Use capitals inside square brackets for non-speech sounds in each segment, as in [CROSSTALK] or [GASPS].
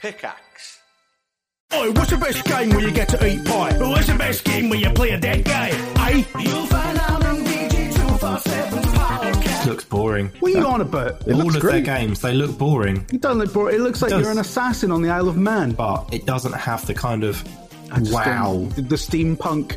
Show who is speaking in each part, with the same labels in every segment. Speaker 1: Pickaxe.
Speaker 2: Oi, what's the best game where you get to eat pie? Well, what's the best game where you play a dead guy? Eh? You'll find out on DJ247's podcast.
Speaker 3: Looks boring.
Speaker 4: What are you on about? It
Speaker 3: All
Speaker 4: looks
Speaker 3: of
Speaker 4: great.
Speaker 3: their games, they look boring.
Speaker 4: You don't look bored. It looks like
Speaker 3: does.
Speaker 4: you're an assassin on the Isle of Man.
Speaker 3: But it doesn't have the kind of
Speaker 4: I just
Speaker 3: wow.
Speaker 4: don't- The, steampunk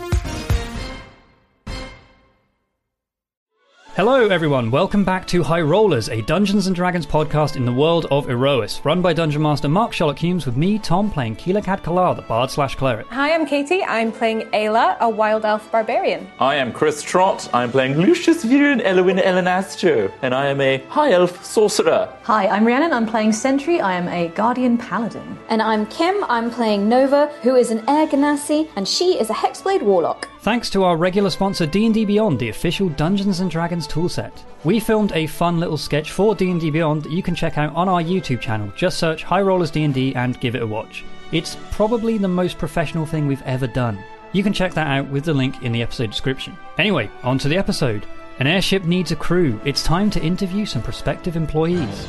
Speaker 5: Hello, everyone. Welcome back to High Rollers, a Dungeons and Dragons podcast in the world of Erois, run by Dungeon Master Mark Sherlock Humes, with me, Tom, playing Keela Kalar, the bard slash cleric.
Speaker 6: Hi, I'm Katie. I'm playing Ayla, a wild elf barbarian.
Speaker 7: I am Chris Trott. I'm playing Lucius Viren Elwin Elenastro, and I am a high elf sorcerer.
Speaker 8: Hi, I'm Rhiannon. I'm playing Sentry. I am a Guardian Paladin.
Speaker 9: And I'm Kim, I'm playing Nova, who is an Air Ganassi, and she is a Hexblade Warlock.
Speaker 5: Thanks to our regular sponsor D&D Beyond, the official Dungeons and Dragons toolset. We filmed a fun little sketch for D&D Beyond that you can check out on our YouTube channel. Just search High Rollers D&D and give it a watch. It's probably the most professional thing we've ever done. You can check that out with the link in the episode description. Anyway, on to the episode. An airship needs a crew. It's time to interview some prospective employees.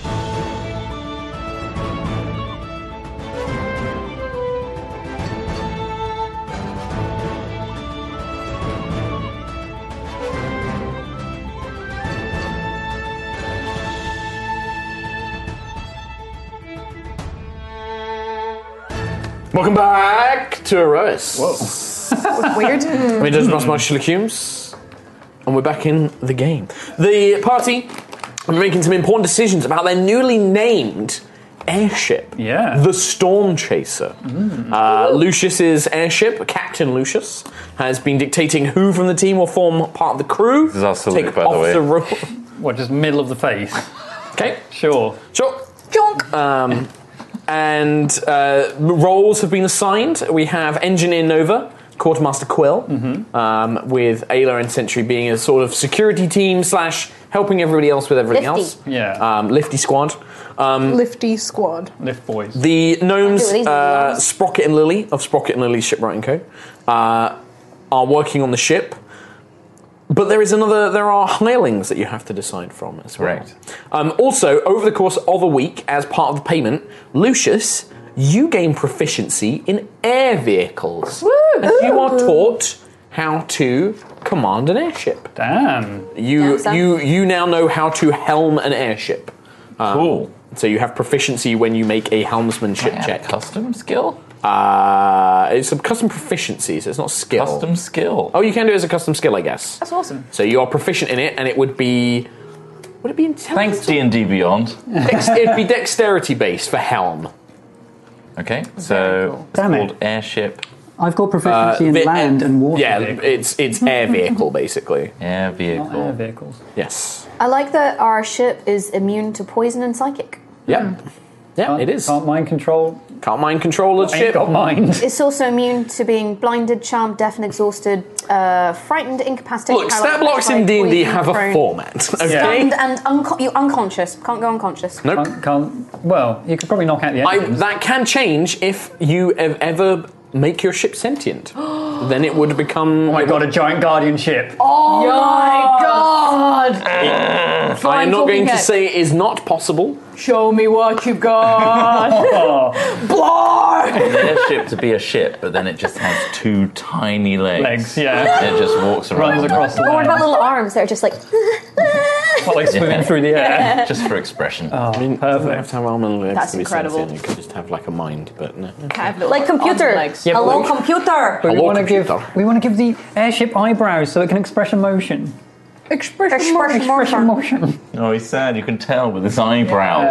Speaker 7: Welcome back to Eros. Whoa. [LAUGHS]
Speaker 6: Weird.
Speaker 7: We just lost Marshall Humes, and we're back in the game. The party are making some important decisions about their newly named airship.
Speaker 5: Yeah.
Speaker 7: The Storm Chaser. Uh, Lucius's airship, Captain Lucius, has been dictating who from the team will form part of the crew. This
Speaker 10: is our salute,
Speaker 7: Take
Speaker 10: by the
Speaker 7: off
Speaker 10: way.
Speaker 7: the ro-
Speaker 5: What, just middle of the face?
Speaker 7: okay,
Speaker 5: Sure.
Speaker 7: sure. Um, and uh, roles have been assigned. We have Engineer Nova, Quartermaster Quill,
Speaker 10: Mm-hmm.
Speaker 7: um, with Ayla and Sentry being a sort of security team slash helping everybody else with everything
Speaker 9: Lifty.
Speaker 7: else.
Speaker 5: Yeah.
Speaker 7: Um, lifty squad. Um,
Speaker 8: Lifty Squad.
Speaker 5: Lift boys.
Speaker 7: the gnomes,
Speaker 9: Ooh, these are
Speaker 7: uh,
Speaker 9: nice.
Speaker 7: Sprocket and Lily of Sprocket and Lily's Shipwrighting Co. Uh, are working on the ship. But there is another. There are hirelings that you have to decide from as well.
Speaker 10: Correct.
Speaker 7: Um, also, over the course of a week, as part of the payment, Lucius, you gain proficiency in air vehicles. Woo! you are taught how to command an airship.
Speaker 5: Damn.
Speaker 7: You
Speaker 9: Damn, son.
Speaker 7: you you now know how to helm an airship. Um,
Speaker 10: Cool.
Speaker 7: So you have proficiency when you make a helmsmanship
Speaker 10: Yeah,
Speaker 7: check.
Speaker 10: Custom skill?
Speaker 7: Uh, it's a custom proficiency, so it's not skill.
Speaker 10: Custom skill.
Speaker 7: Oh, you can do it as a custom skill, I guess.
Speaker 6: That's awesome.
Speaker 7: So you are proficient in it, and it would be. Would it be intelligence?
Speaker 5: Oh,
Speaker 10: Thanks, D&D Beyond.
Speaker 7: Dex- it'd be dexterity based for helm.
Speaker 10: Okay, so it's
Speaker 2: Damn it.
Speaker 10: called Airship
Speaker 11: I've got
Speaker 5: Uh,
Speaker 11: proficiency in
Speaker 7: The-
Speaker 11: land and water.
Speaker 7: Yeah, it's it's air vehicle basically.
Speaker 10: Air Vehicle.
Speaker 5: Oh, vehicles.
Speaker 7: Yes.
Speaker 9: I like that our ship is immune to poison and psychic.
Speaker 7: Yep.
Speaker 10: Hmm.
Speaker 7: Yeah, it is.
Speaker 5: Can't mind control.
Speaker 7: Can't mind control a
Speaker 5: I ain't
Speaker 7: ship.
Speaker 5: got mind.
Speaker 9: It's also immune to being blinded, charmed, deaf, and exhausted, uh, frightened, incapacitated.
Speaker 7: Look, stat blocks in
Speaker 9: paralyzed,
Speaker 7: D and D
Speaker 9: poisoned,
Speaker 7: have a
Speaker 9: prone,
Speaker 7: format. [LAUGHS] Okay.
Speaker 9: Stunned and unco- you unconscious. Can't go
Speaker 7: [LAUGHS]
Speaker 9: unconscious.
Speaker 7: Nope.
Speaker 5: Can't, can't. Well, you could probably knock out the
Speaker 7: I,
Speaker 5: engines.
Speaker 7: that can change if you ev- ever make your
Speaker 6: [GASPS]
Speaker 7: ship sentient. then it would become.
Speaker 5: oh my god, a giant guardian ship.
Speaker 6: Oh my god!
Speaker 7: I am not
Speaker 6: talking Oh,
Speaker 7: going to
Speaker 6: head.
Speaker 7: say it is not
Speaker 6: [LAUGHS]
Speaker 7: possible.
Speaker 6: Show me what you've got!
Speaker 9: [LAUGHS]
Speaker 5: Oh,
Speaker 6: Blarg!
Speaker 10: The airship to be a ship, but then it just has two tiny legs.
Speaker 5: Legs,
Speaker 12: [LAUGHS]
Speaker 5: yeah.
Speaker 10: It just walks around.
Speaker 5: Runs across the
Speaker 9: Or what
Speaker 5: land.
Speaker 9: about little arms that are
Speaker 1: [LAUGHS]
Speaker 9: just like.
Speaker 5: Well, like [LAUGHS] swimming through Oh. the air.
Speaker 10: Just for expression.
Speaker 7: You don't have to have arm and legs
Speaker 6: That's
Speaker 7: to be
Speaker 6: incredible.
Speaker 7: sentient. You could just have like a mind, but no.
Speaker 9: like computer.
Speaker 6: Legs.
Speaker 5: Yeah, but
Speaker 9: Hello,
Speaker 5: we-
Speaker 9: computer.
Speaker 5: But we
Speaker 7: Hello,
Speaker 5: want to give
Speaker 7: computer.
Speaker 5: we want to give the airship eyebrows [LAUGHS] so it can express emotion.
Speaker 9: Expression, expression,
Speaker 5: Express
Speaker 9: motion.
Speaker 5: emotion.
Speaker 10: oh, he's sad. You can tell with his eyebrows.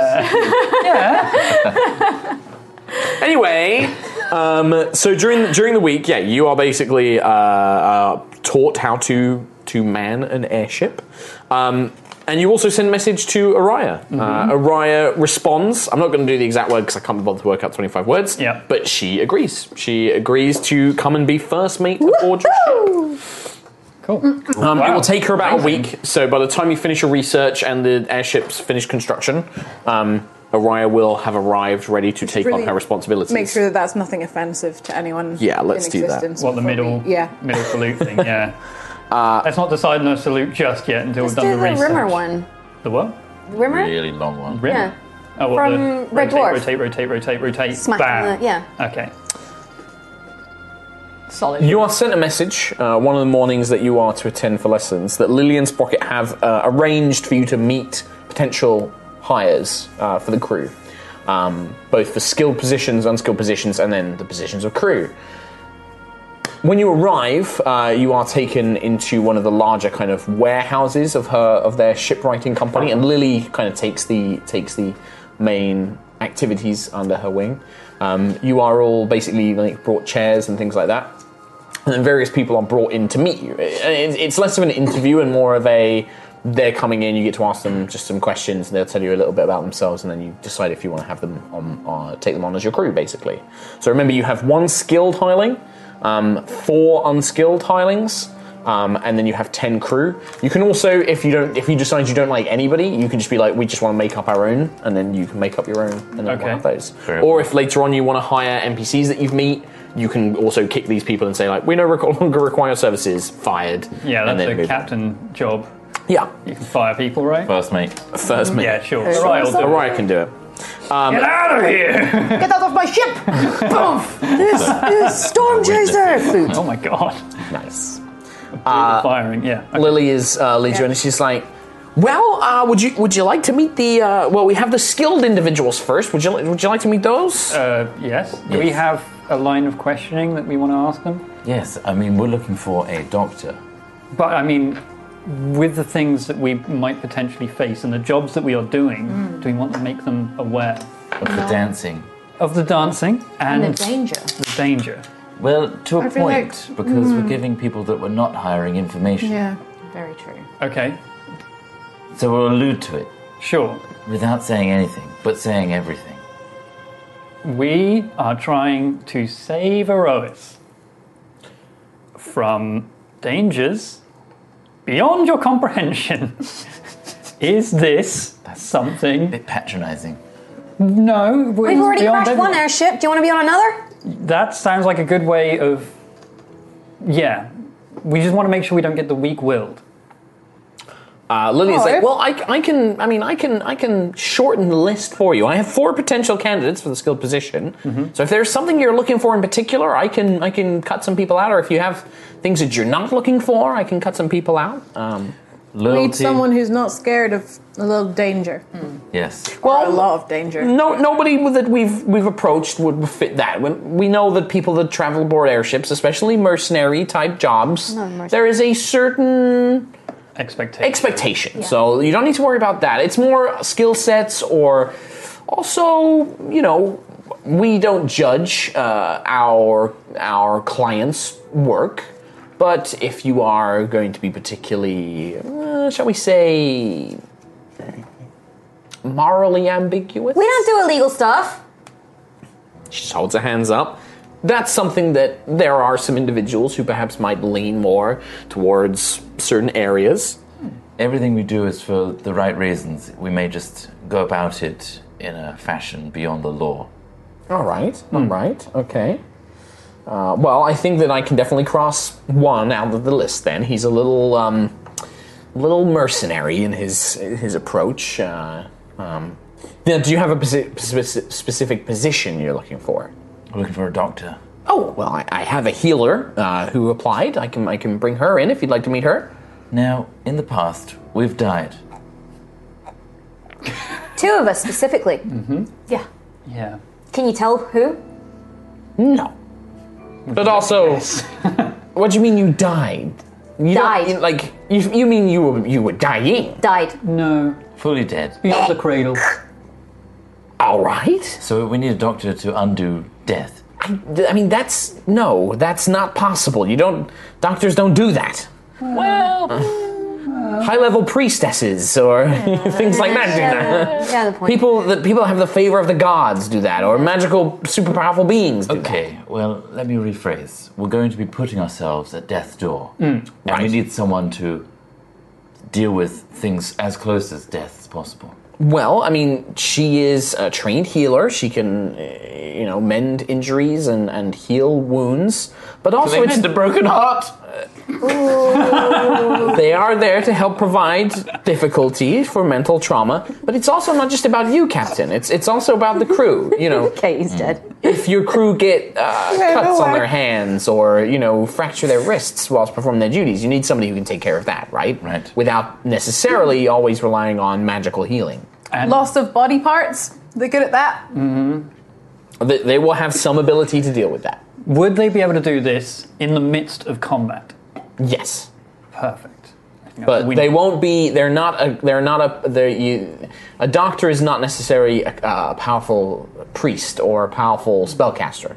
Speaker 7: Anyway, um, so during during the week, yeah, you are basically uh, uh, taught how to to man an airship, um, And you also send a message to Araya.
Speaker 5: Mm-hmm.
Speaker 7: Uh, Araya responds. I'm not going to do the exact word because I can't be bothered to work out 25 words.
Speaker 5: Yeah.
Speaker 7: But she agrees. She agrees to come and be first mate aboard your ship.
Speaker 5: Cool.
Speaker 7: Um, It
Speaker 5: Wow.
Speaker 7: will take her about
Speaker 5: Amazing.
Speaker 7: a week. So by the time you finish your research and the airship's finished construction, um, Araya will have arrived ready to take
Speaker 6: really
Speaker 7: on her responsibilities.
Speaker 6: Make sure that that's nothing offensive to anyone.
Speaker 7: Yeah, let's
Speaker 6: in
Speaker 7: do that.
Speaker 6: existence
Speaker 5: What the
Speaker 6: before
Speaker 5: middle,
Speaker 6: we- Yeah.
Speaker 5: middle salute thing? Yeah. [LAUGHS] Let's not decide on a salute just yet until
Speaker 9: Let's
Speaker 5: we've done the,
Speaker 9: do the
Speaker 5: research.
Speaker 9: Rimmer one.
Speaker 5: The what?
Speaker 9: Rimmer?
Speaker 10: Really long one.
Speaker 5: Rimmer.
Speaker 9: Yeah.
Speaker 5: Oh, what,
Speaker 9: From
Speaker 5: the rotate,
Speaker 9: Red Dwarf.
Speaker 5: rotate, rotate, rotate, rotate.
Speaker 9: Smack
Speaker 5: Bam.
Speaker 9: on the- yeah.
Speaker 5: Okay. Solid.
Speaker 7: You are sent a message uh, one of the mornings that you are to attend for lessons that Lily and Sprocket have uh, arranged for you to meet potential hires uh, for the crew, um, both for skilled positions, unskilled positions, and then the positions of crew. When you arrive, uh, you are taken into one of the larger kind of warehouses of her of their shipwriting company, and Lily kind of takes the takes the main activities under her wing. Um, you are all basically like brought chairs and things like that and then various people are brought in to meet you. It- It's less of an interview and more of a they're coming in. You get to ask them just some questions, and they'll tell you a little bit about themselves, and then you decide if you want to have them on, uh, take them on as your crew, basically. So remember, you have one skilled hireling, um, four unskilled hirelings. Um, and then you have ten crew. You can also, if you don't, if you decide you don't like anybody, you can just be like, we just want to make up our own, and then you can make up your own, and then
Speaker 5: Okay.
Speaker 7: we'll have those.
Speaker 10: Very
Speaker 7: Or
Speaker 10: well.
Speaker 7: if later on you want to hire NPCs that you've meet, you can also kick these people and say like, we no rec- [LAUGHS] longer require services. Fired.
Speaker 5: Yeah,
Speaker 7: and
Speaker 5: that's
Speaker 7: then
Speaker 5: a
Speaker 7: move on.
Speaker 5: captain job.
Speaker 7: Yeah,
Speaker 5: You can fire people, right?
Speaker 10: First mate.
Speaker 7: first mate.
Speaker 5: yeah, sure. Right, I'll do it.
Speaker 7: Orion can do it.
Speaker 5: Get out of here!
Speaker 6: Get out of my
Speaker 1: [LAUGHS]
Speaker 6: ship! Boom! This is Stormchaser! Food.
Speaker 5: oh my god.
Speaker 7: Nice.
Speaker 5: Firing, yeah. Okay.
Speaker 7: Lily is uh, leads you,
Speaker 6: Yeah.
Speaker 7: and she's like, "Well, uh, would you would you like to meet the? Uh, well, we have the skilled individuals first. Would you li- would you like to meet those?
Speaker 5: Uh, yes. Do we
Speaker 10: Yes.
Speaker 5: have a line of questioning that we want to ask them?
Speaker 10: Yes, I mean, we're looking for a doctor.
Speaker 5: But I mean, with the things that we might potentially face and the jobs that we are doing,
Speaker 9: Mm.
Speaker 5: do we want to make them aware
Speaker 10: Of the dancing.
Speaker 5: of the dancing and,
Speaker 9: And the danger.
Speaker 5: the danger?
Speaker 10: Well, to a
Speaker 6: feel like-
Speaker 10: point, because we're
Speaker 5: hmm.
Speaker 10: giving people that we're not hiring information.
Speaker 6: Yeah.
Speaker 9: Very true.
Speaker 5: Okay,
Speaker 10: So we'll allude to it
Speaker 5: sure.
Speaker 10: without saying anything, but saying everything.
Speaker 5: We are trying to save Erois from dangers beyond your comprehension. [LAUGHS] Is this something?
Speaker 10: bit patronizing.
Speaker 5: No,
Speaker 9: We've already crashed one airship. Do you want to be on another?
Speaker 5: That sounds like a good way of. Yeah, we just want to make sure we don't get the weak-willed.
Speaker 7: Uh, Lily is
Speaker 6: Oh,
Speaker 7: like,
Speaker 6: if-
Speaker 7: well, I, I can, I mean, I can, I can shorten the list for you. I have four potential candidates for the skilled position.
Speaker 6: Mm-hmm.
Speaker 7: So if there's something you're looking for in particular, I can, I can cut some people out. Or if you have things that you're not looking for, I can cut some people out. Um,
Speaker 10: Loyalty.
Speaker 6: Need someone who's not scared of a little danger.
Speaker 1: Hmm.
Speaker 10: Yes.
Speaker 6: Well, a lot of danger.
Speaker 7: no, nobody that we've we've approached would fit that. When we know that people that travel aboard airships, especially mercenary type jobs,
Speaker 9: mercenary.
Speaker 7: there is a certain
Speaker 5: Expectation.
Speaker 7: expectation. So you don't need to worry about that. It's more skill sets or also, you know, we don't judge uh, our our clients' work. But if you are going to be particularly, uh, shall we say, morally ambiguous,
Speaker 9: We don't do illegal stuff.
Speaker 7: she just holds her hands up. That's something that there are some individuals who perhaps might lean more towards certain areas.
Speaker 10: Everything we do is for the right reasons. We may just go about it in a fashion beyond the law.
Speaker 7: All right, all right, okay. Uh, well, I think that I can definitely cross one out of the list. Then he's a little, um, little mercenary in his his approach. Uh, um, now, do you have a posi- speci- specific position you're looking for?
Speaker 10: We're looking for a doctor.
Speaker 7: Oh, well, I, I have a healer uh, who applied. I can I can bring her in if you'd like to meet her.
Speaker 10: Now, in the past, we've died.
Speaker 9: Two of us specifically. Mm-hmm. Yeah.
Speaker 5: Yeah.
Speaker 9: Can you tell who?
Speaker 7: No, but [LAUGHS] also, what do you mean you died? You don't-
Speaker 9: Died.
Speaker 7: you- like you, you mean you were you were dying?
Speaker 9: Died.
Speaker 5: No.
Speaker 10: Fully dead.
Speaker 5: Beyond the cradle.
Speaker 7: All right.
Speaker 10: So we need a doctor to undo death.
Speaker 7: Th- I mean, that's no, that's not possible. You don't. Doctors don't do that.
Speaker 10: Well,
Speaker 7: high level Uh, priestesses or [LAUGHS] things like that do
Speaker 9: [LAUGHS]
Speaker 7: that.
Speaker 9: Yeah, the point.
Speaker 7: People that people have the favor of the gods do that, or magical super powerful beings do
Speaker 10: Okay, well, let me rephrase. We're going to be putting ourselves at death's door.
Speaker 6: Hmm,
Speaker 10: And we need someone to deal with things as close as death as possible.
Speaker 7: that. Well, I mean, she is a trained healer. She can, uh, you know, mend injuries and, and heal wounds. But also,
Speaker 10: they
Speaker 7: it's
Speaker 10: mend a broken heart?
Speaker 7: [LAUGHS] they are there to help provide difficulty for mental trauma. But it's also not just about you, Captain. It's it's also about the crew. You
Speaker 10: [LAUGHS]
Speaker 7: know,
Speaker 6: Okay, he's dead.
Speaker 9: Mm.
Speaker 7: if your crew get uh, cuts on their hands or you know fracture their wrists whilst performing their duties, you need somebody who can take care of that, right?
Speaker 10: Right.
Speaker 7: Without necessarily always relying on magical healing.
Speaker 1: Loss of body parts. They're good at that.
Speaker 7: They, they will have some ability to deal with that.
Speaker 5: Would they be able to do this in the midst of combat?
Speaker 7: Yes.
Speaker 5: Perfect.
Speaker 7: But
Speaker 5: We-
Speaker 7: they won't be. They're not. A, they're not a. They're, you, a doctor is not necessarily a, a powerful priest or a powerful spellcaster.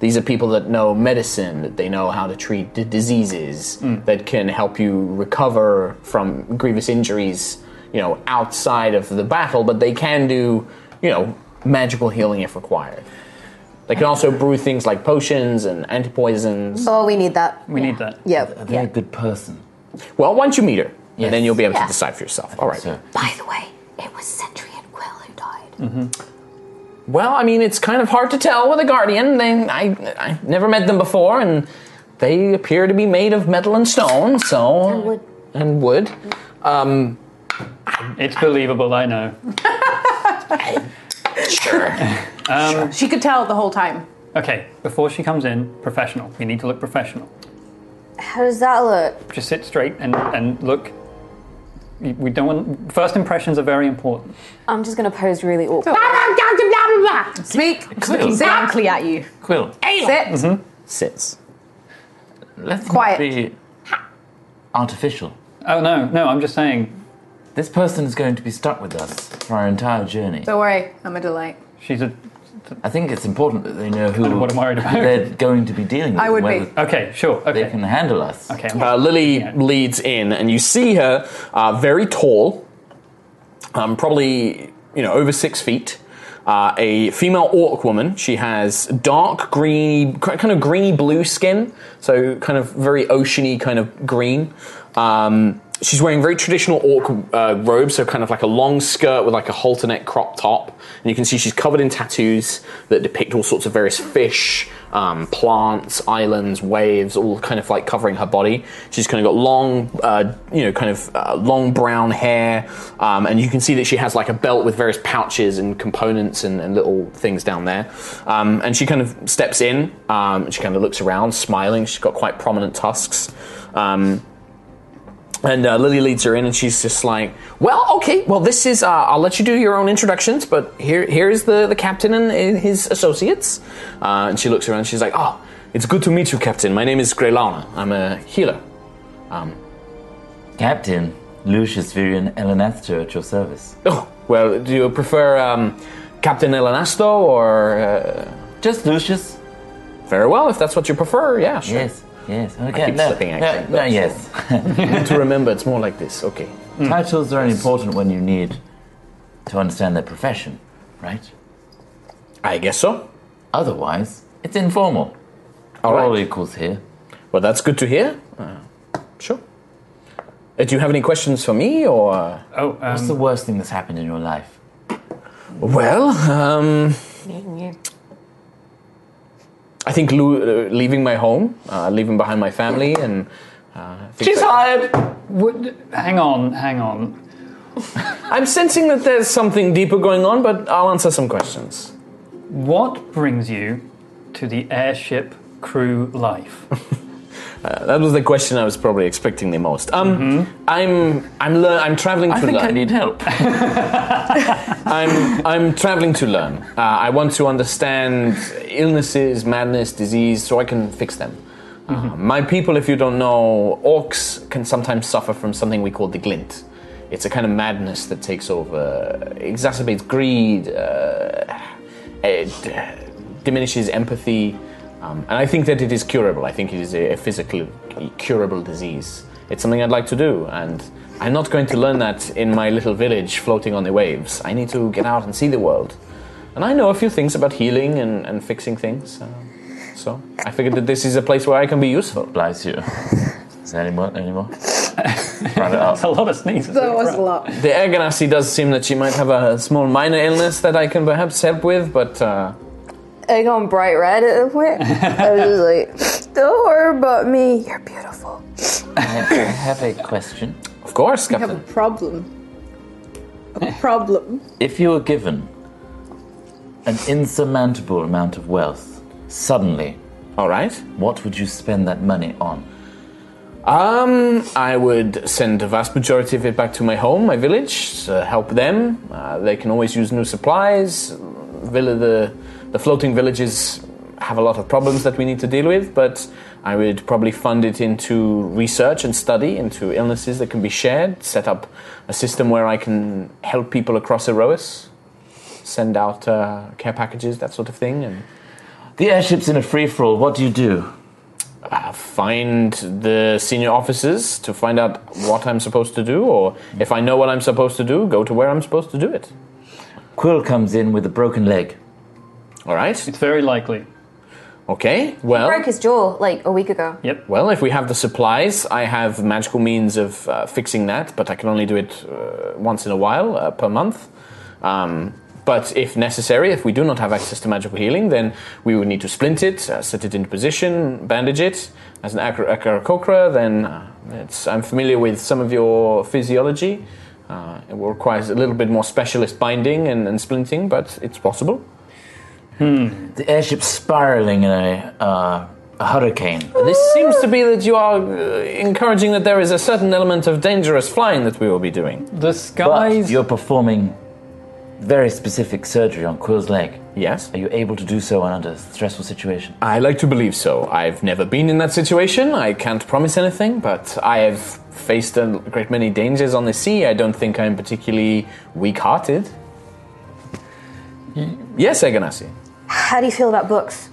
Speaker 7: These are people that know medicine. That they know how to treat d- diseases. That can help you recover from grievous injuries. You know, outside of the battle, but they can do. You know, magical healing if required. They can also brew things like potions and antipoisons.
Speaker 6: Oh, we need that.
Speaker 9: Mm.
Speaker 5: We need that.
Speaker 6: Yeah.
Speaker 10: A very good person.
Speaker 7: Well, once you meet her,
Speaker 10: Yes.
Speaker 7: and then you'll be able
Speaker 6: Yeah.
Speaker 7: to decide for yourself. All right.
Speaker 10: So,
Speaker 9: By the way, it was Sentry and Quill who died.
Speaker 7: Well, I mean, it's kind of hard to tell with a guardian. They, I, I never met them before, and they appear to be made of metal and stone. So and
Speaker 9: wood.
Speaker 7: And wood. Um,
Speaker 5: It's believable, I know.
Speaker 7: sure.
Speaker 1: She could tell the whole time.
Speaker 5: Okay, before she comes in, professional. We need to look professional.
Speaker 9: How does that look?
Speaker 5: Just sit straight and, and look. We don't want. First impressions are very important.
Speaker 9: I'm just going to pose really awkward.
Speaker 1: Speak. Exactly at you.
Speaker 10: Quill,
Speaker 1: Sit.
Speaker 7: Sits.
Speaker 10: let's not
Speaker 1: Quiet.
Speaker 10: be artificial.
Speaker 5: Oh no, no. I'm just saying
Speaker 10: This person is going to be stuck with us for our entire journey.
Speaker 1: Don't worry, I'm a delight.
Speaker 5: she's a.
Speaker 10: I think it's important that they know who
Speaker 5: what I'm worried about.
Speaker 10: they're going to be dealing with.
Speaker 1: I would
Speaker 10: whether
Speaker 1: be.
Speaker 5: Okay, sure.
Speaker 10: They
Speaker 5: Okay.
Speaker 10: can handle us.
Speaker 5: Okay. I'm-
Speaker 7: Uh, Lily leads in, and you see her uh, very tall, um, probably you know over six feet. Uh, a female orc woman. She has dark green, kind of greeny blue skin, so kind of very oceany kind of green. Um, she's wearing very traditional orc uh, robes, so kind of like a long skirt with like a halter neck crop top, and you can see she's covered in tattoos that depict all sorts of various fish, um, plants, islands, waves, all kind of like covering her body. She's kind of got long, uh, you know, kind of uh, long brown hair, um, and you can see that she has like a belt with various pouches and components and, and little things down there. Um, and she kind of steps in, um, and she kind of looks around, smiling. She's got quite prominent tusks. Um, and uh, Lily leads her in, and she's just like, "Well, okay, well, this is. Uh, I'll let you do your own introductions, but here, here is the the captain and uh, his associates." Uh, and she looks around. She's like, "Oh, it's good to meet you, Captain. My name is Grelana. I'm a healer." [LAUGHS]
Speaker 10: Captain Lucius Virian Elenester at your service.
Speaker 7: Oh, well, do you prefer um, Captain Elanasto or? Uh,
Speaker 10: Just Lucius.
Speaker 7: very well, if that's what you prefer. Yeah, sure.
Speaker 10: Yes, yes. Okay,
Speaker 7: keep
Speaker 10: no,
Speaker 7: slipping,
Speaker 10: no,
Speaker 7: actually,
Speaker 10: no,
Speaker 7: but-
Speaker 10: yes.
Speaker 7: [LAUGHS] to remember, it's more like this. Okay.
Speaker 10: Titles are only important when you need to understand their profession, right?
Speaker 7: I guess so.
Speaker 10: Otherwise, it's informal. We're all
Speaker 7: right.
Speaker 10: equals here.
Speaker 7: Well, that's good to hear. Uh, sure. Uh, do you have any questions for me, or? uh,
Speaker 5: oh,
Speaker 10: What's
Speaker 5: um,
Speaker 10: the worst thing that's happened in your life?
Speaker 7: Well, um, I think lo- uh, leaving my home, uh, leaving behind my family, and uh, things like-
Speaker 10: hired!
Speaker 5: would, hang on, hang on.
Speaker 7: I'm sensing that there's something deeper going on, but I'll answer some questions.
Speaker 5: What brings you to the airship crew
Speaker 10: [LAUGHS]
Speaker 5: life?
Speaker 7: Uh, that was the question I was probably expecting the most. Um, I'm I'm lear- I'm traveling to
Speaker 10: Mm-hmm. I think
Speaker 7: learn.
Speaker 10: I need help.
Speaker 7: I'm I'm traveling to learn. Uh, I want to understand illnesses, madness, disease, so I can fix them. Uh, my people, if you don't know, orcs can sometimes suffer from something we call the glint. It's a kind of madness that takes over, exacerbates greed, uh, it uh, diminishes empathy, um, and I think that it is curable. I think it is a, a physical curable disease. It's something I'd like to do, and
Speaker 10: I'm not going to learn that in my little village floating on the waves. I need to get out and see the world. And I know a few things about healing and, and fixing things. uh, so I figured that this is a place where I can be useful. Bless you. [LAUGHS] Anymore? Anymore? That's
Speaker 5: a lot of sneezes.
Speaker 1: That was a lot.
Speaker 10: The Aganassi does seem that she might have a small minor illness that I can perhaps help with, but uh,
Speaker 13: I gone bright red at the point. I
Speaker 9: [LAUGHS]
Speaker 13: was just like, don't worry about me. You're beautiful.
Speaker 10: I have a question. Of course,
Speaker 1: You have a
Speaker 10: Captain.
Speaker 1: problem. A problem.
Speaker 10: If you were given an insurmountable amount of wealth suddenly,
Speaker 7: all right,
Speaker 10: what would you spend that money on?
Speaker 7: Um, I would send the vast majority of it back to my home, my village, to help them. Uh, they can always use new supplies. Villa, the, the floating villages have a lot of problems that we need to deal with, but I would probably fund it into research and study, into illnesses that can be shared, set up a system where I can help people across Erois, send out uh, care packages, that sort of thing, and
Speaker 10: The airship's in a free for all. What do you do?
Speaker 7: uh, find the senior officers to find out what I'm supposed to do, or if I know what I'm supposed to do, go to where I'm supposed to do it.
Speaker 10: Quill comes in with a broken leg.
Speaker 7: All right.
Speaker 5: It's very likely.
Speaker 7: Okay. Well.
Speaker 9: Broke his jaw like a week ago.
Speaker 5: Yep.
Speaker 7: Well, if we have the supplies, I have magical means of uh, fixing that, but I can only do it uh, once in a while uh, per month. Um, but if necessary, if we do not have access to magical healing, then we would need to splint it, uh, set it into position, bandage it. As an acrococra, then uh, it's, I'm familiar with some of your physiology. Uh, it will require a little bit more specialist binding and, and splinting, but it's possible.
Speaker 10: The airship's spiraling in a, uh, a hurricane.
Speaker 7: This seems to be that you are uh, encouraging that there is a certain element of dangerous flying that we will be doing.
Speaker 5: The skies.
Speaker 10: But you're performing very specific surgery on Quill's leg.
Speaker 7: Yes.
Speaker 10: Are you able to do so under a stressful situation?
Speaker 7: I like to believe so. I've never been in that situation. I can't promise anything, but I have faced a great many dangers on the sea. I don't think I'm particularly weak hearted. Yes, Eganassi.
Speaker 9: How do you feel about books?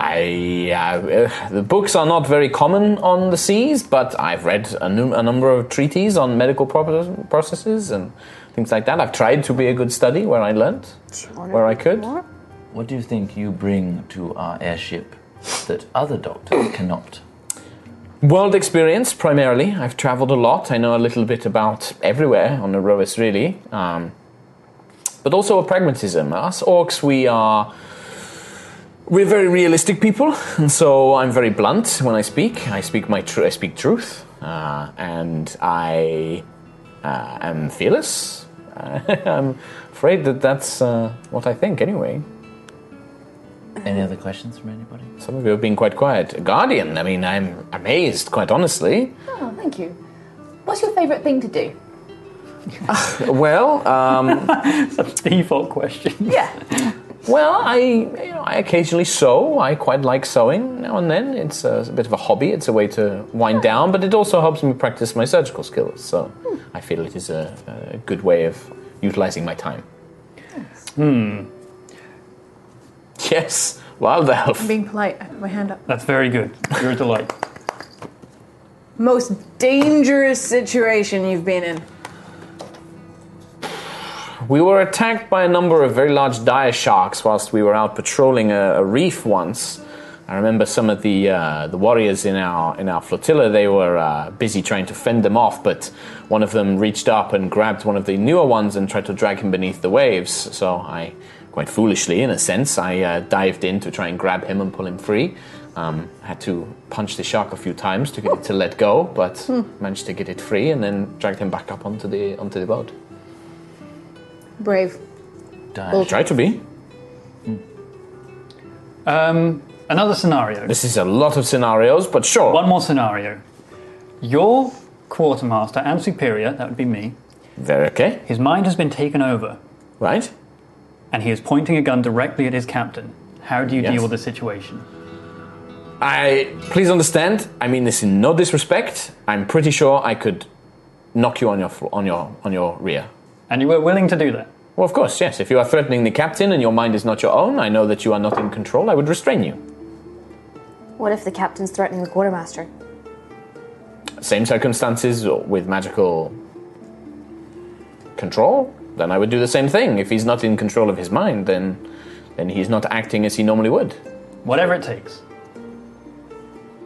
Speaker 7: I uh, the books are not very common on the seas, but I've read a, num- a number of treatises on medical pro- processes and things like that. I've tried to be a good study where I learnt, where I could.
Speaker 10: What do you think you bring to our airship that other doctors cannot?
Speaker 7: World experience primarily. I've traveled a lot. I know a little bit about everywhere on the Roas, really. Um, but also a pragmatism. Us orcs, we are. We're very realistic people, and so I'm very blunt when I speak. I speak my tr- I speak truth, uh, and I uh, am fearless. [LAUGHS] I'm afraid that that's uh, what I think, anyway.
Speaker 10: Any other questions from anybody?
Speaker 7: Some of you have been quite quiet. Guardian, I mean, I'm amazed, quite honestly.
Speaker 8: Oh, thank you. What's your favourite thing to do?
Speaker 7: Well, um,
Speaker 5: it's a default question. [LAUGHS]
Speaker 8: Yeah.
Speaker 7: well, I, you know, I occasionally sew. I quite like sewing now and then. It's a, it's a bit of a hobby. It's a way to wind down, but it also helps me practice my surgical skills. So I feel it is a, a good way of utilizing my time.
Speaker 5: Hmm.
Speaker 7: Yes, wild elf.
Speaker 1: I'm being polite. I put my hand up.
Speaker 5: That's very good. You're a delight.
Speaker 1: Most dangerous situation you've been in.
Speaker 7: We were attacked by a number of very large dire sharks whilst we were out patrolling a, a reef once. I remember some of the uh, the warriors in our in our flotilla. They were uh, busy trying to fend them off, but one of them reached up and grabbed one of the newer ones and tried to drag him beneath the waves. So I, quite foolishly in a sense, I uh, dived in to try and grab him and pull him free. Um, had to punch the shark a few times to get it to let go, but managed to get it free and then dragged him back up onto the onto the boat.
Speaker 1: Brave.
Speaker 7: I tried to be.
Speaker 5: Um, another scenario.
Speaker 7: This is a lot of scenarios, but sure.
Speaker 5: One more scenario. Your quartermaster and superior, that would be me,
Speaker 7: Very okay.
Speaker 5: his mind has been taken over
Speaker 7: Right?
Speaker 5: and he is pointing a gun directly at his captain. How do you
Speaker 7: Yes.
Speaker 5: deal with the situation?
Speaker 7: I please understand. I mean this in no disrespect. I'm pretty sure I could knock you on your fl- on your on your rear.
Speaker 5: And you were willing to do that.
Speaker 7: Well, of course, yes. If you are threatening the captain and your mind is not your own, I know that you are not in control. I would restrain you.
Speaker 9: What if the captain's threatening the quartermaster?
Speaker 7: same circumstances with magical control, then I would do the same thing. If he's not in control of his mind, then then he's not acting as he normally would.
Speaker 5: Whatever it takes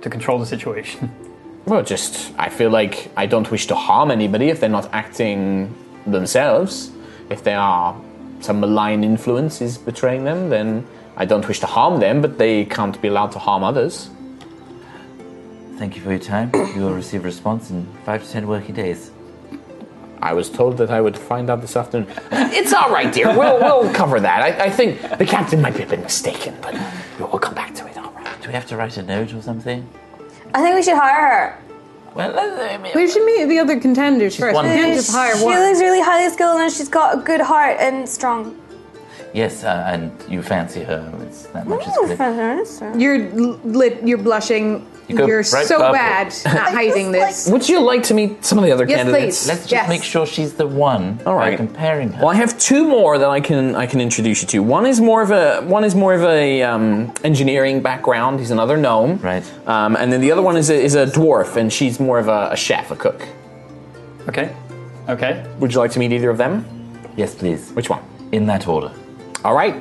Speaker 5: to control the situation. [LAUGHS]
Speaker 7: Well, just I feel like I don't wish to harm anybody if they're not acting themselves. If they are some malign influence is betraying them, then I don't wish to harm them, but they can't be allowed to harm others.
Speaker 12: Thank you for your time. [COUGHS] You will receive a response in five to ten working days.
Speaker 7: I was told that I would find out this afternoon. It's all right, dear. We'll, we'll cover that. I, I think the captain might be a bit mistaken, but we'll come back to it. All right.
Speaker 12: Do we have to write a note or something?
Speaker 9: I think we should hire her.
Speaker 12: Well,
Speaker 1: We should meet the other contenders first.
Speaker 12: one
Speaker 1: We can't
Speaker 12: of
Speaker 1: just hire
Speaker 9: she
Speaker 1: one.
Speaker 9: looks really highly skilled and she's got a good heart and strong.
Speaker 12: Yes, uh, and you fancy her. It's that much is
Speaker 9: Ooh,
Speaker 12: clear.
Speaker 9: Francesca.
Speaker 1: You're lit. You're blushing.
Speaker 12: You
Speaker 1: You
Speaker 12: go
Speaker 1: are
Speaker 12: right
Speaker 1: so
Speaker 12: purple. [LAUGHS]
Speaker 1: bad not hiding this.
Speaker 7: Would you like to meet some of the other
Speaker 1: Yes,
Speaker 7: candidates?
Speaker 1: please.
Speaker 12: Let's just
Speaker 1: Yes.
Speaker 12: make sure she's the one.
Speaker 7: All right. comparing Well, I have two more that I can I can introduce you to. One is more of a one is more of a um, engineering background. He's another gnome. Right. Um, and then the other one is a, is a dwarf, and she's more of a, a chef, a cook.
Speaker 5: Okay. Okay.
Speaker 7: Would you like to meet either of them?
Speaker 12: Yes, please.
Speaker 7: Which one?
Speaker 12: In that order.
Speaker 7: All right.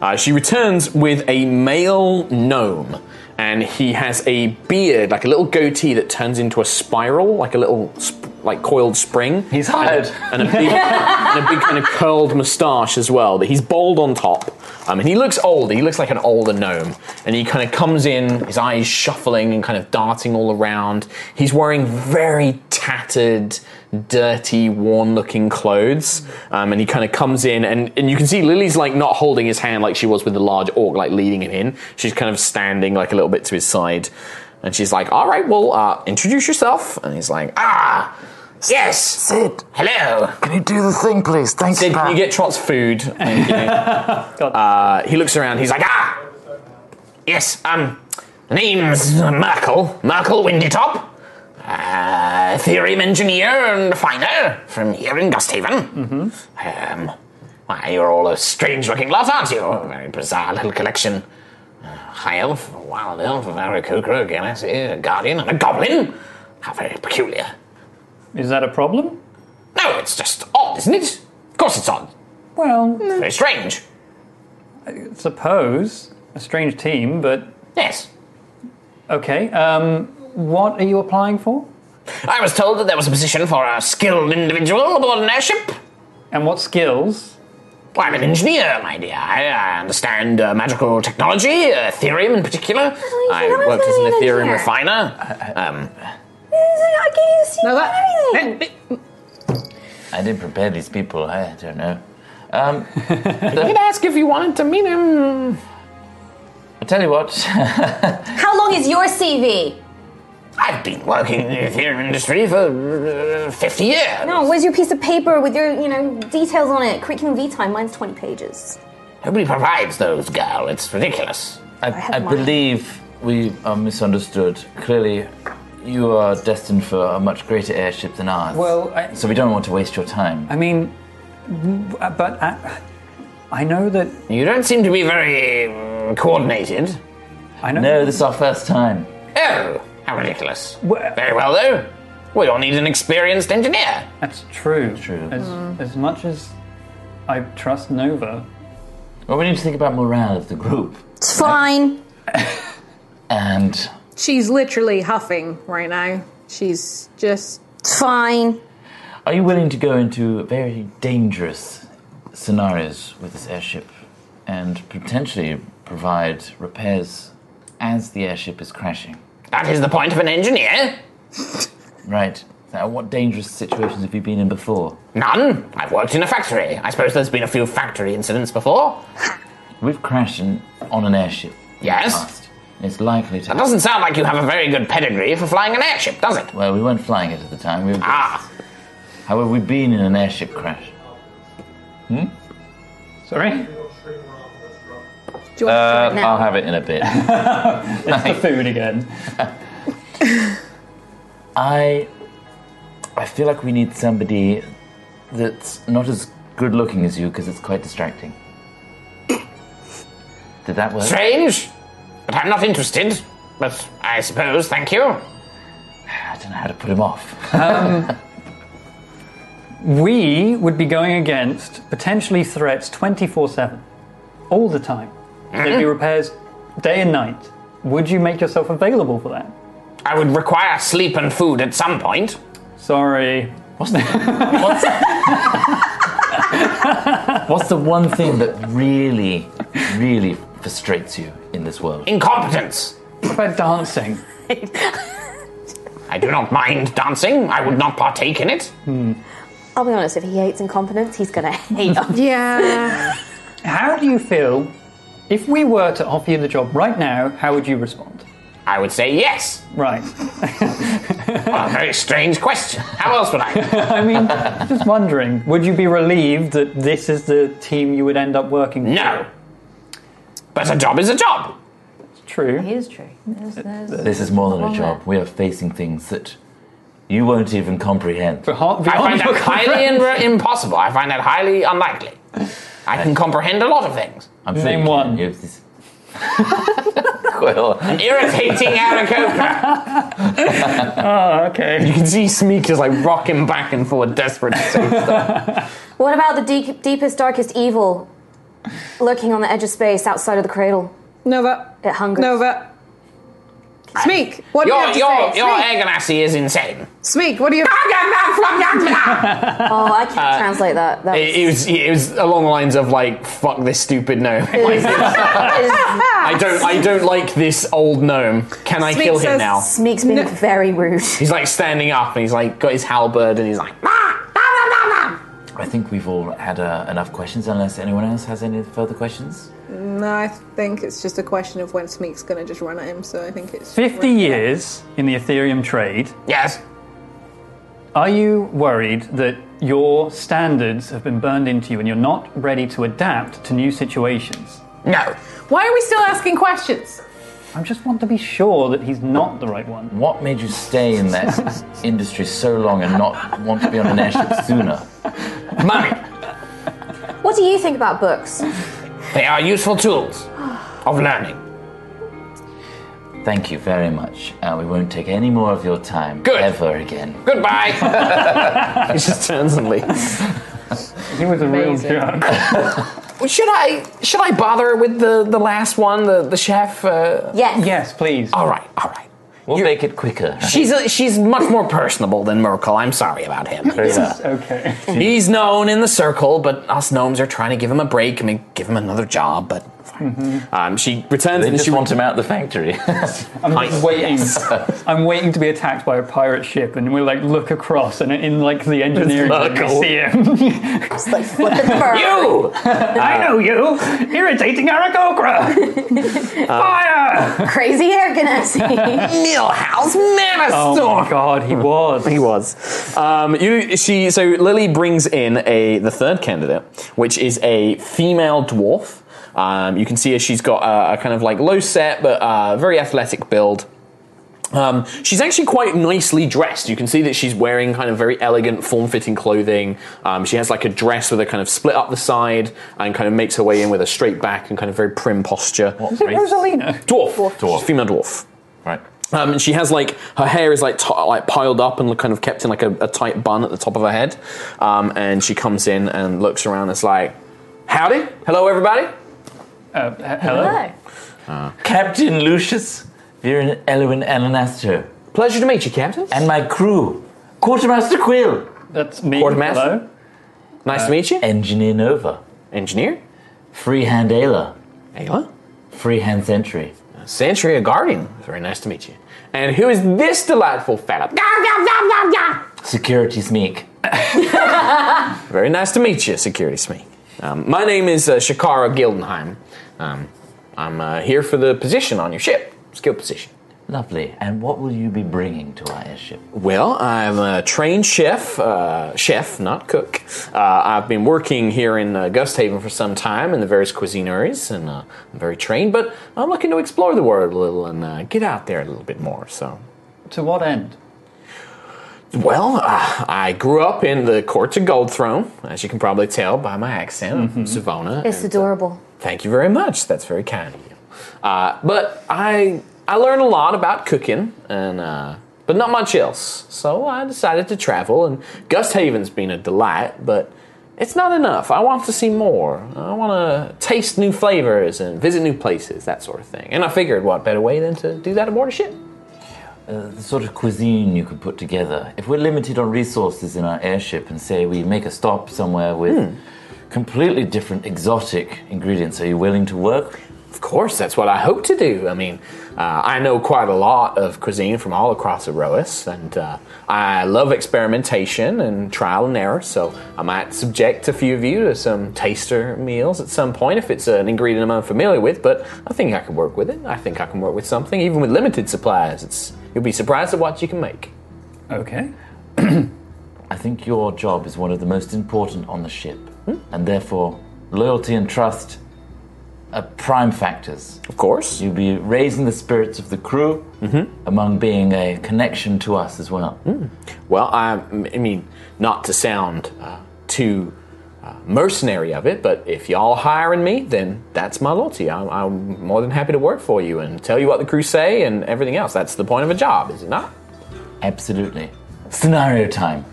Speaker 7: Uh, she returns with a male gnome, and he has a beard, like a little goatee that turns into a spiral, like a little sp- like coiled spring. He's
Speaker 5: hired.
Speaker 7: and a, big, and a big kind of curled moustache as well. That he's bald on top. Um, and he looks older. He looks like an older gnome. And he kind of comes in, his eyes shuffling and kind of darting all around. He's wearing very tattered, dirty, worn-looking clothes. Um, and he kind of comes in, and, and you can see Lily's like not holding his hand like she was with the large orc, like leading him in. She's kind of standing like a little bit to his side. And she's like, "All right, well, uh, introduce yourself." And he's like, "Ah, yes, Sid. Hello. Can you do the thing, please? Thanks. Sid, can you get Trot's food? Thank you. uh, he looks around. He's like, "Ah, yes. Um, name's Merkel. Merkel Windytop. Uh, theorem engineer and refiner from here in Gusthaven. Mm-hmm. Um, why, you're all a strange-looking lot, aren't you? A very bizarre little collection." high elf, a wild elf, a varicocra, a ganassi, a guardian, and a goblin. How very peculiar.
Speaker 5: Is that a problem?
Speaker 7: No, it's just odd, isn't it? Of course it's odd.
Speaker 5: Well,
Speaker 7: Very strange.
Speaker 5: I suppose a strange team, but
Speaker 7: yes.
Speaker 5: Okay. Um, what are you applying for?
Speaker 7: I was told that there was a position for a skilled individual aboard an airship.
Speaker 5: And what skills?
Speaker 7: Well, I'm an engineer, my dear. I, I understand uh, magical technology, uh, Ethereum in particular. I worked as an Ethereum refiner. Um,
Speaker 9: I can't even see anything.
Speaker 12: I didn't prepare these people. I don't know. Um,
Speaker 7: you could ask if you wanted to meet him.
Speaker 12: I tell you what. [LAUGHS]
Speaker 14: How long is your CV?
Speaker 7: I've been working in the Ethereum industry for uh, 50 years.
Speaker 14: No, where's your piece of paper with your, you know, details on it? Curriculum vitae, mine's 20 pages.
Speaker 7: Nobody provides those, girl. It's ridiculous.
Speaker 12: I, I believe we are misunderstood. Clearly, you are destined for a much greater airship than ours.
Speaker 5: Well, I-
Speaker 12: so we don't want to waste your time.
Speaker 5: I mean, w- uh, but I, I know that
Speaker 7: you don't seem to be very um, coordinated.
Speaker 5: I know.
Speaker 12: No, this is our first time.
Speaker 7: Oh, how ridiculous. Very well, though. We all need an experienced engineer.
Speaker 5: That's true. True. As, as much as I trust Nova,
Speaker 12: Well, we need to think about morale of the group.
Speaker 1: It's fine.
Speaker 12: And
Speaker 1: She's literally huffing right now. She's just
Speaker 14: fine.
Speaker 12: are you willing to go into very dangerous scenarios with this airship and potentially provide repairs as the airship is crashing?
Speaker 7: That is the point of an engineer.
Speaker 12: Right. Now, what dangerous situations have you been in before?
Speaker 7: None. I've worked in a factory. I suppose there's been a few factory incidents before.
Speaker 12: We've crashed in, on an airship. in the
Speaker 7: Yes.
Speaker 12: past, and it's likely to.
Speaker 7: That doesn't sound like you have a very good pedigree for flying an airship, does it?
Speaker 12: Well, we weren't flying it at the time. We were
Speaker 7: ah.
Speaker 12: However, we've been in an airship crash. Hmm?
Speaker 5: Sorry?
Speaker 1: Do you
Speaker 12: Uh,
Speaker 1: want to try it now?
Speaker 12: I'll have it in a bit.
Speaker 5: it's the food again.
Speaker 12: I I feel like we need somebody that's not as good looking as you because it's quite distracting. Did that work?
Speaker 7: Strange. But I'm not interested. But I suppose, thank you.
Speaker 12: I don't know how to put him off. [LAUGHS]
Speaker 5: Um, we would be going against potentially threats 24 7, all the time. There'd be repairs day and night. Would you make yourself available for that?
Speaker 7: I would require sleep and food at some point.
Speaker 5: Sorry. What's
Speaker 12: [LAUGHS] What's the one thing that really, really frustrates you in this world?
Speaker 7: Incompetence!
Speaker 5: What about dancing?
Speaker 7: I do not mind dancing. I would not partake in it.
Speaker 9: I'll be honest, if he hates incompetence, he's gonna [LAUGHS] hate us.
Speaker 1: yeah.
Speaker 5: How do you feel if we were to offer you the job right now? How would you respond?
Speaker 7: I would say yes.
Speaker 5: Right.
Speaker 7: What a very strange question. How else would I?
Speaker 5: I
Speaker 7: [LAUGHS]
Speaker 5: mean, just wondering, would you be relieved that this is the team you would end up working for?
Speaker 7: No. But a job is a job.
Speaker 5: True.
Speaker 15: It is true. There's, there's
Speaker 12: This is more than a
Speaker 15: Well,
Speaker 12: job. We are facing things that you won't even comprehend.
Speaker 7: I find [LAUGHS] that
Speaker 5: [LAUGHS]
Speaker 7: highly in- impossible. I find that highly unlikely. I can comprehend a lot of things.
Speaker 12: I'm sure Name one. This. [LAUGHS] Quill.
Speaker 7: An irritating Anacopa. [LAUGHS]
Speaker 5: oh, okay.
Speaker 7: You can see Smeek just like rocking back and forth, desperate to say stuff.
Speaker 9: What about the deep, deepest, darkest evil lurking on the edge of space outside of the cradle?
Speaker 1: Nova.
Speaker 9: It hungers.
Speaker 1: Nova. Smeek, what do you
Speaker 7: your
Speaker 1: have to
Speaker 7: your,
Speaker 1: say?
Speaker 7: your
Speaker 1: Smeek,
Speaker 7: Aganassi is insane.
Speaker 1: Smeek, what do you [LAUGHS]
Speaker 9: oh, I can't
Speaker 7: Uh,
Speaker 9: translate that. That [LAUGHS]
Speaker 7: It, it was it was along the lines of like fuck this stupid gnome. [LAUGHS]
Speaker 9: is- [LAUGHS]
Speaker 7: I don't I don't like this old gnome. Can I
Speaker 9: Smeek
Speaker 7: kill him
Speaker 9: says-
Speaker 7: now?
Speaker 9: Smeek's being very rude.
Speaker 7: He's like standing up and he's like got his halberd and he's like "Ah,
Speaker 12: I think we've all had uh, enough questions, unless anyone else has any further questions.
Speaker 1: No, I think it's just a question of when Smeek's going to just run at him, so I think it's.
Speaker 5: 50 years in the Ethereum trade.
Speaker 7: Yes.
Speaker 5: Are you worried that your standards have been burned into you and you're not ready to adapt to new situations?
Speaker 7: No.
Speaker 1: Why are we still asking questions?
Speaker 5: I just want to be sure that he's not the right one.
Speaker 12: What made you stay in [LAUGHS] that industry so long and not want to be on an [LAUGHS] airship sooner?
Speaker 7: money.
Speaker 9: What do you think about books?
Speaker 7: They are useful tools of learning.
Speaker 12: Thank you very much. Uh, we won't take any more of your time
Speaker 7: Good.
Speaker 12: ever again.
Speaker 7: Goodbye. he just turns and leaves.
Speaker 5: He was a real jerk.
Speaker 7: Should I should I bother with the, the last one, the the chef? Uh,
Speaker 9: Yes.
Speaker 5: Yes, please.
Speaker 7: All right, all right.
Speaker 12: We'll make it [LAUGHS] quicker.
Speaker 7: She's a, she's much more personable than Merkel. I'm sorry about him.
Speaker 5: Okay.
Speaker 7: He's known in the circle, but us gnomes are trying to give him a break and make- give him another job. But um, she returns
Speaker 12: They
Speaker 7: and
Speaker 12: just
Speaker 7: she
Speaker 12: want him out the [LAUGHS] factory.
Speaker 5: I'm
Speaker 7: Nice.
Speaker 5: just [LAUGHS]
Speaker 7: [LAUGHS]
Speaker 5: waiting. I'm waiting to be attacked by a pirate ship, and we like look across, and in like the engineering, room, we
Speaker 7: Merkel.
Speaker 5: see him.
Speaker 9: [LAUGHS]
Speaker 7: you.
Speaker 5: I know you, irritating [LAUGHS] Arakokra. Fire!
Speaker 9: Crazy hair ganassi.
Speaker 7: Millhouse Manor
Speaker 5: Oh my god, he was.
Speaker 7: [LAUGHS] He was. Um, you, she, so Lily brings in a the third candidate, which is a female dwarf. Um, you can see her, she's got a, a kind of like low set, but uh, very athletic build. Um, she's actually quite nicely dressed. You can see that she's wearing kind of very elegant, form-fitting clothing. Um, she has like a dress with a kind of split up the side and kind of makes her way in with a straight back and kind of very prim posture.
Speaker 12: What
Speaker 5: Is it
Speaker 12: race?
Speaker 5: Rosalina?
Speaker 7: Dwarf. Dwarf. She's a female dwarf.
Speaker 12: Right.
Speaker 7: Um, and she has like her hair is like t- like piled up and kind of kept in like a, a tight bun at the top of her head. Um, and she comes in and looks around. And it's like, howdy, hello everybody.
Speaker 5: Uh, he- hello.
Speaker 12: Captain Lucius, Viren Elwin Alanastro,
Speaker 7: Pleasure to meet you, Captain.
Speaker 12: and my crew, Quartermaster Quill,
Speaker 5: That's me.
Speaker 7: Quartermaster?
Speaker 5: Hello.
Speaker 7: Nice to meet you,
Speaker 12: Engineer Nova,
Speaker 7: engineer.
Speaker 12: Freehand Ayla,
Speaker 7: Ayla,
Speaker 12: Freehand Sentry.
Speaker 7: Sentry, a guardian. Very nice to meet you. And who is this delightful fella?
Speaker 12: Security Smeek.
Speaker 7: Very nice to meet you, Security Smeek. Um, my name is uh, Shakara Gildenheim. Um, I'm uh, here for the position on your ship, skill position.
Speaker 12: Lovely. And what will you be bringing to our airship?
Speaker 7: Well, I'm a trained chef, uh, chef, not cook. Uh, I've been working here in uh, Gusthaven for some time in the various cuisineries, and uh, I'm very trained, but I'm looking to explore the world a little and uh, get out there a little bit more, so.
Speaker 5: To what end?
Speaker 7: Well, uh, I grew up in the courts of Gold Throne, as you can probably tell by my accent. I'm from Savona.
Speaker 9: it's adorable.
Speaker 7: Thank you very much. That's very kind of you. Uh, but I I learned a lot about cooking and uh, but not much else. So I decided to travel, and Gust Haven's been a delight, but it's not enough. I want to see more. I want to taste new flavors and visit new places, that sort of thing. And I figured, what better way than to do that aboard a ship?
Speaker 12: Uh, the sort of cuisine you could put together. If we're limited on resources in our airship and say we make a stop somewhere with
Speaker 7: Hmm.
Speaker 12: completely different exotic ingredients, are you willing to work?
Speaker 7: Of course, that's what I hope to do. I mean, uh, I know quite a lot of cuisine from all across Erois, and uh, I love experimentation and trial and error, so I might subject a few of you to some taster meals at some point if it's an ingredient I'm unfamiliar with, but I think I can work with it. I think I can work with something, even with limited supplies. It's, you'll be surprised at what you can make.
Speaker 12: Okay. I think your job is one of the most important on the ship, and therefore loyalty and trust are prime factors.
Speaker 7: Of course.
Speaker 12: You'll be raising the spirits of the crew among being a connection to us as well.
Speaker 7: Well, I, I mean, not to sound uh, too uh, mercenary of it, but if y'all hiring me, then that's my loyalty. I'm, I'm more than happy to work for you and tell you what the crew say and everything else. That's the point of a job, is it not?
Speaker 12: Absolutely. Scenario time.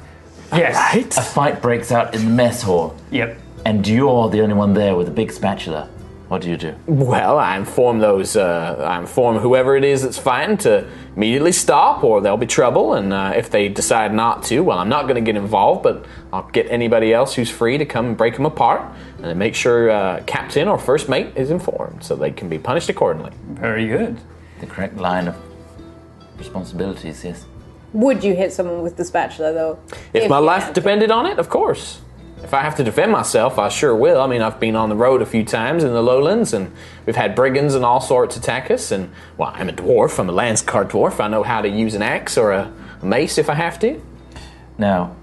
Speaker 12: Yes. A fight breaks out in the mess hall.
Speaker 5: Yep.
Speaker 12: And you're the only one there with a big spatula. What do you do?
Speaker 7: Well, I inform those, uh, I inform whoever it is that's fighting to immediately stop or there'll be trouble. And uh, if they decide not to, well, I'm not going to get involved, but I'll get anybody else who's free to come and break them apart and then make sure uh, captain or first mate is informed so they can be punished accordingly.
Speaker 12: Very good. The correct line of responsibilities, yes.
Speaker 1: Would you hit someone with the spatula though?
Speaker 7: If, my
Speaker 1: you
Speaker 7: life
Speaker 1: had to.
Speaker 7: depended on it, of course. If I have to defend myself, I sure will. I mean, I've been on the road a few times in the lowlands, and we've had brigands and all sorts attack us. And, well, I'm a dwarf, I'm a Landscar dwarf. I know how to use an axe or a mace if I have to.
Speaker 12: Now,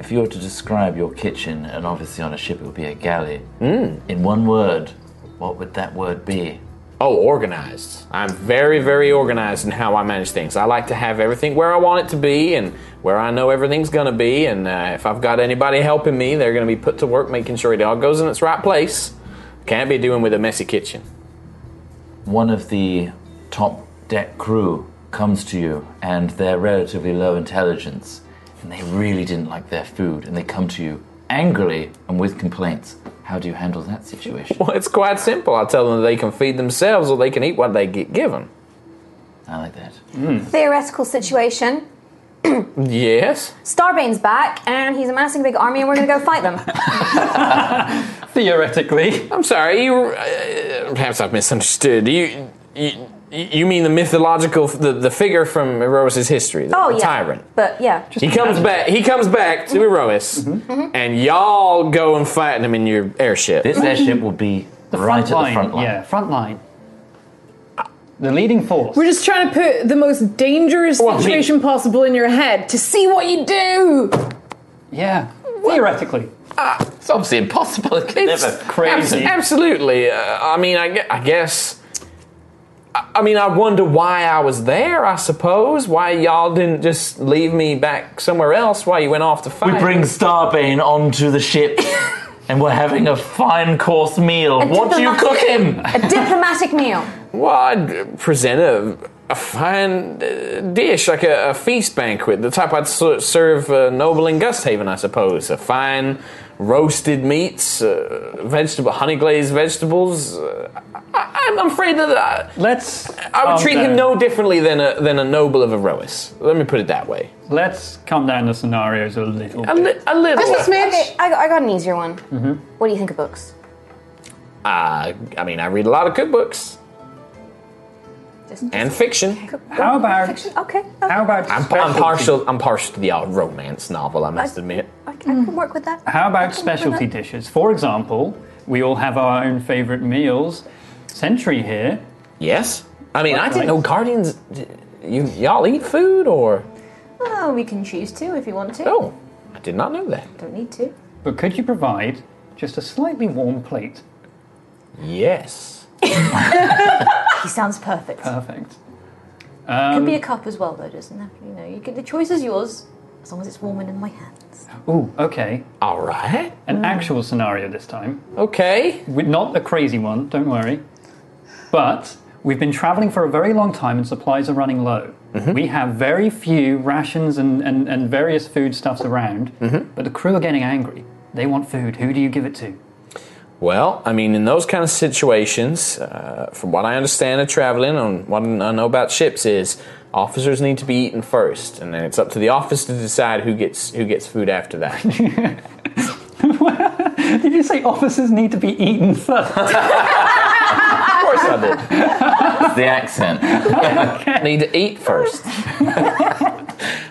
Speaker 12: if you were to describe your kitchen, and obviously on a ship it would be a galley,
Speaker 7: Mm.
Speaker 12: in one word, what would that word be?
Speaker 7: Oh, organized. I'm very, very organized in how I manage things. I like to have everything where I want it to be and where I know everything's going to be. And uh, if I've got anybody helping me, they're going to be put to work making sure it all goes in its right place. Can't be doing with a messy kitchen.
Speaker 12: One of the top deck crew comes to you, and they're relatively low intelligence, and they really didn't like their food, and they come to you angrily and with complaints. How do you handle that situation?
Speaker 7: Well, it's quite simple. I tell them they can feed themselves or they can eat what they get given.
Speaker 12: I like that.
Speaker 9: Theoretical situation.
Speaker 7: Yes.
Speaker 9: Starbane's back, and he's amassing a big army, and we're gonna go fight them.
Speaker 7: Theoretically. I'm sorry. You uh, perhaps I've misunderstood. You you, you mean the mythological the, the figure from Erois's history, the,
Speaker 9: oh
Speaker 7: the
Speaker 9: yeah,
Speaker 7: tyrant.
Speaker 9: But yeah,
Speaker 7: he comes back. He comes back to Erois,
Speaker 9: Mm-hmm.
Speaker 7: and y'all go and fight him in your airship.
Speaker 12: This airship will be right at
Speaker 5: line, Yeah, front line. The leading force.
Speaker 16: We're just trying to put the most dangerous
Speaker 5: Well, I mean-
Speaker 16: situation possible in your head to see what you do.
Speaker 5: Yeah, theoretically.
Speaker 12: it's obviously
Speaker 7: [LAUGHS]
Speaker 12: impossible. It can
Speaker 7: never crazy. absolutely. Uh, I mean, I, gue- I guess. I, I mean, I wonder why I was there. I suppose why y'all didn't just leave me back somewhere else. Why you went off to fight?
Speaker 12: We bring Starbane onto the ship, and we're having a fine course meal.
Speaker 9: A
Speaker 12: what do you cook
Speaker 9: diplomatic-
Speaker 12: him?
Speaker 9: [LAUGHS] a diplomatic meal.
Speaker 5: [LAUGHS]
Speaker 7: Well, I'd present a, a fine uh, dish, like a, a feast banquet, the type I'd ser- serve uh, Noble in Gusthaven, I suppose. A fine roasted meats, uh, vegetable, honey glazed vegetables. Uh, I, I'm afraid that uh, I,
Speaker 5: let's.
Speaker 7: I would
Speaker 5: calm
Speaker 7: treat
Speaker 5: down.
Speaker 7: him no differently than a than a noble of Erois. Let me put it that way.
Speaker 5: Let's calm down the scenarios a little.
Speaker 7: A, li- a little.
Speaker 9: okay, I, got- I got an easier one. What do you think of books?
Speaker 7: Uh, I mean, I read a lot of cookbooks and fiction.
Speaker 5: How about?
Speaker 9: Okay.
Speaker 5: How about?
Speaker 7: I'm, I'm partial. I'm partial to the odd romance novel. I must admit.
Speaker 9: I, I can work with that.
Speaker 5: How about specialty dishes? For example, we all have our own favourite meals. Sentry here.
Speaker 7: Yes. I mean, I
Speaker 5: Right.
Speaker 7: didn't know Guardians. You y'all eat food, or
Speaker 8: Oh, we can choose to if you want to.
Speaker 7: Oh. I did not know that.
Speaker 8: Don't need to.
Speaker 5: But could you provide just a slightly warm plate?
Speaker 7: Yes.
Speaker 8: he sounds perfect.
Speaker 5: Perfect.
Speaker 8: Could
Speaker 5: Um,
Speaker 8: be a cup as well, though, doesn't have You know, you can, the choice is yours as long as it's warm and in my hand.
Speaker 5: Ooh, okay.
Speaker 7: All right.
Speaker 5: An actual scenario this time.
Speaker 7: Okay.
Speaker 5: With not the crazy one, don't worry. But We've been traveling for a very long time and supplies are running low.
Speaker 12: Mm-hmm.
Speaker 5: We have very few rations and, and, and various foodstuffs around,
Speaker 12: Mm-hmm.
Speaker 5: but the crew are getting angry. They want food. Who do you give it to? [LAUGHS]
Speaker 7: Well, I mean, in those kind of situations, uh, from what I understand of traveling and what I know about ships, is officers need to be eaten first, and then it's up to the office to decide who gets who gets food after that. [LAUGHS]
Speaker 5: Did you say officers need to be eaten first?
Speaker 12: [LAUGHS]
Speaker 7: of course I did. It's the accent. Need to eat first.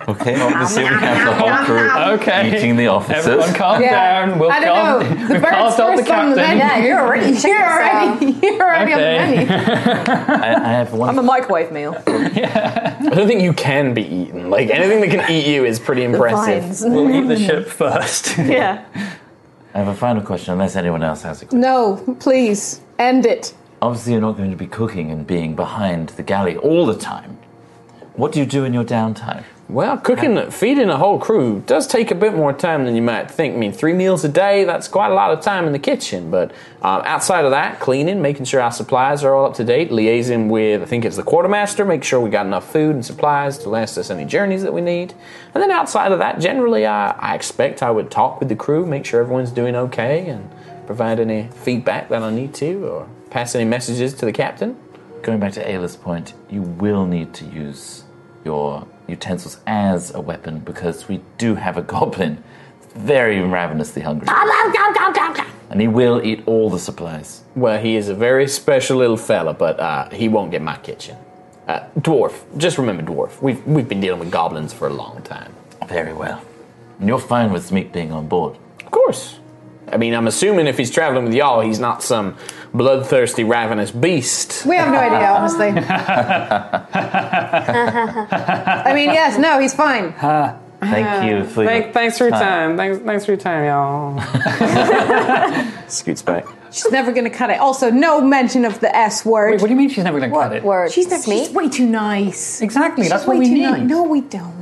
Speaker 12: Okay, obviously we have the whole crew
Speaker 5: Okay.
Speaker 12: eating the officers.
Speaker 5: Everyone calm down. [LAUGHS] We'll
Speaker 17: I don't
Speaker 5: calm.
Speaker 17: know. The
Speaker 5: we've
Speaker 17: bird's
Speaker 5: carved out the
Speaker 17: first on the
Speaker 5: captain.
Speaker 17: menu.
Speaker 18: you're already
Speaker 17: You're
Speaker 18: chicken
Speaker 17: already. [LAUGHS] You're already on the
Speaker 7: Okay.
Speaker 17: menu.
Speaker 12: I, I have one.
Speaker 18: I'm a microwave meal.
Speaker 7: I don't think you can be eaten. Like anything that can eat you is pretty impressive.
Speaker 18: vines.
Speaker 1: [LAUGHS]
Speaker 18: We'll eat the [LAUGHS]
Speaker 5: ship first.
Speaker 18: yeah.
Speaker 12: I have a final question, unless anyone else has a.
Speaker 17: No, please end it.
Speaker 12: Obviously, you're not going to be cooking and being behind the galley all the time. What do you do in your downtime?
Speaker 7: Well, cooking, feeding a whole crew does take a bit more time than you might think. I mean, three meals a day, that's quite a lot of time in the kitchen. But um, outside of that, cleaning, making sure our supplies are all up to date, liaising with, I think it's the quartermaster, make sure we got enough food and supplies to last us any journeys that we need. And then outside of that, generally, I, I expect I would talk with the crew, make sure everyone's doing okay, and provide any feedback that I need to, or pass any messages to the captain.
Speaker 12: Going back to Ayla's point, you will need to use your utensils as a weapon because we do have a goblin that's very ravenously hungry. And he will eat all the supplies.
Speaker 7: Well, he is a very special little fella, but uh, he won't get my kitchen. Uh, dwarf, just remember dwarf. We've we've been dealing with goblins for a long time.
Speaker 12: Very well. And you're fine with Smeek being on board.
Speaker 7: Of course. I mean, I'm assuming if he's traveling with y'all, he's not some bloodthirsty, ravenous beast.
Speaker 17: We have no idea, honestly. I mean, yes, no, he's fine.
Speaker 12: Thank you for your
Speaker 7: thanks
Speaker 12: for your time.
Speaker 7: Thanks, thanks for your time, y'all. Scoots back.
Speaker 17: She's never gonna cut it. Also, no mention of the S word.
Speaker 5: Wait, what do you mean she's never gonna cut it?
Speaker 17: Word. She's, never, she's way too nice.
Speaker 5: Exactly,
Speaker 17: She's
Speaker 5: that's what
Speaker 17: way
Speaker 5: we
Speaker 17: too
Speaker 5: need.
Speaker 17: ni- no, we don't.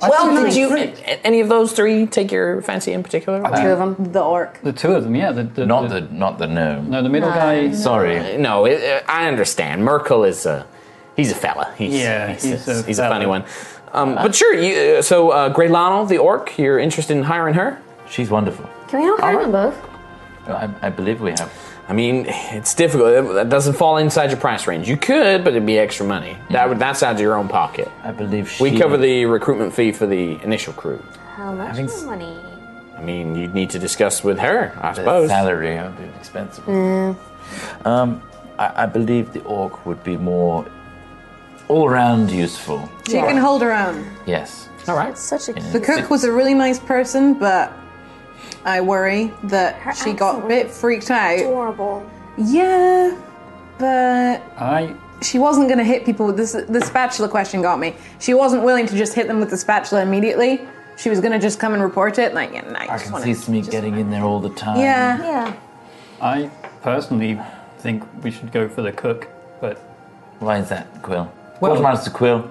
Speaker 7: Well,
Speaker 17: That's
Speaker 7: did you
Speaker 17: nice.
Speaker 7: a- any of those three take your fancy in particular?
Speaker 17: Two of them. The orc.
Speaker 5: The two of them, yeah. The, the,
Speaker 12: not the, not the gnome.
Speaker 5: No, the middle guy.
Speaker 12: Sorry.
Speaker 7: No, it, uh, I understand. Merkel is a he's a fella. He's,
Speaker 5: Yeah,
Speaker 7: he's,
Speaker 5: he's
Speaker 7: a,
Speaker 5: a
Speaker 7: he's
Speaker 5: fella.
Speaker 7: a funny one. Um, but sure, you, uh, so uh, Grey Lionel, the orc, you're interested in hiring her?
Speaker 12: She's wonderful.
Speaker 9: Can we not hire them both?
Speaker 12: I, I believe we have.
Speaker 7: I mean, it's difficult. That doesn't fall inside your price range. You could, but it'd be extra money.
Speaker 12: Mm-hmm.
Speaker 7: That would that's out of your own pocket.
Speaker 12: I believe she.
Speaker 7: We cover the recruitment fee for the initial crew.
Speaker 9: How much money?
Speaker 7: I mean, you'd need to discuss with her, I
Speaker 12: the
Speaker 7: suppose.
Speaker 12: salary. It would be expensive.
Speaker 9: Mm.
Speaker 12: Um, I, I believe the orc would be more all-round useful.
Speaker 1: She can hold her own.
Speaker 12: Yes.
Speaker 7: All right.
Speaker 9: Such a
Speaker 1: The cook was a really nice person, but I worry that she got a bit freaked out.
Speaker 9: Adorable.
Speaker 1: Yeah, but
Speaker 5: I.
Speaker 1: she wasn't going to hit people with this. The spatula question got me. She wasn't willing to just hit them with the spatula immediately. She was going to just come and report it. Like, yeah, I,
Speaker 12: I
Speaker 1: just
Speaker 12: can
Speaker 1: want
Speaker 12: see Smeek getting in there all the time.
Speaker 1: Yeah.
Speaker 9: Yeah.
Speaker 8: Oh,
Speaker 5: I personally think we should go for the cook, but
Speaker 12: Why is that, Quill?
Speaker 5: Well-
Speaker 12: Quartermaster Quill,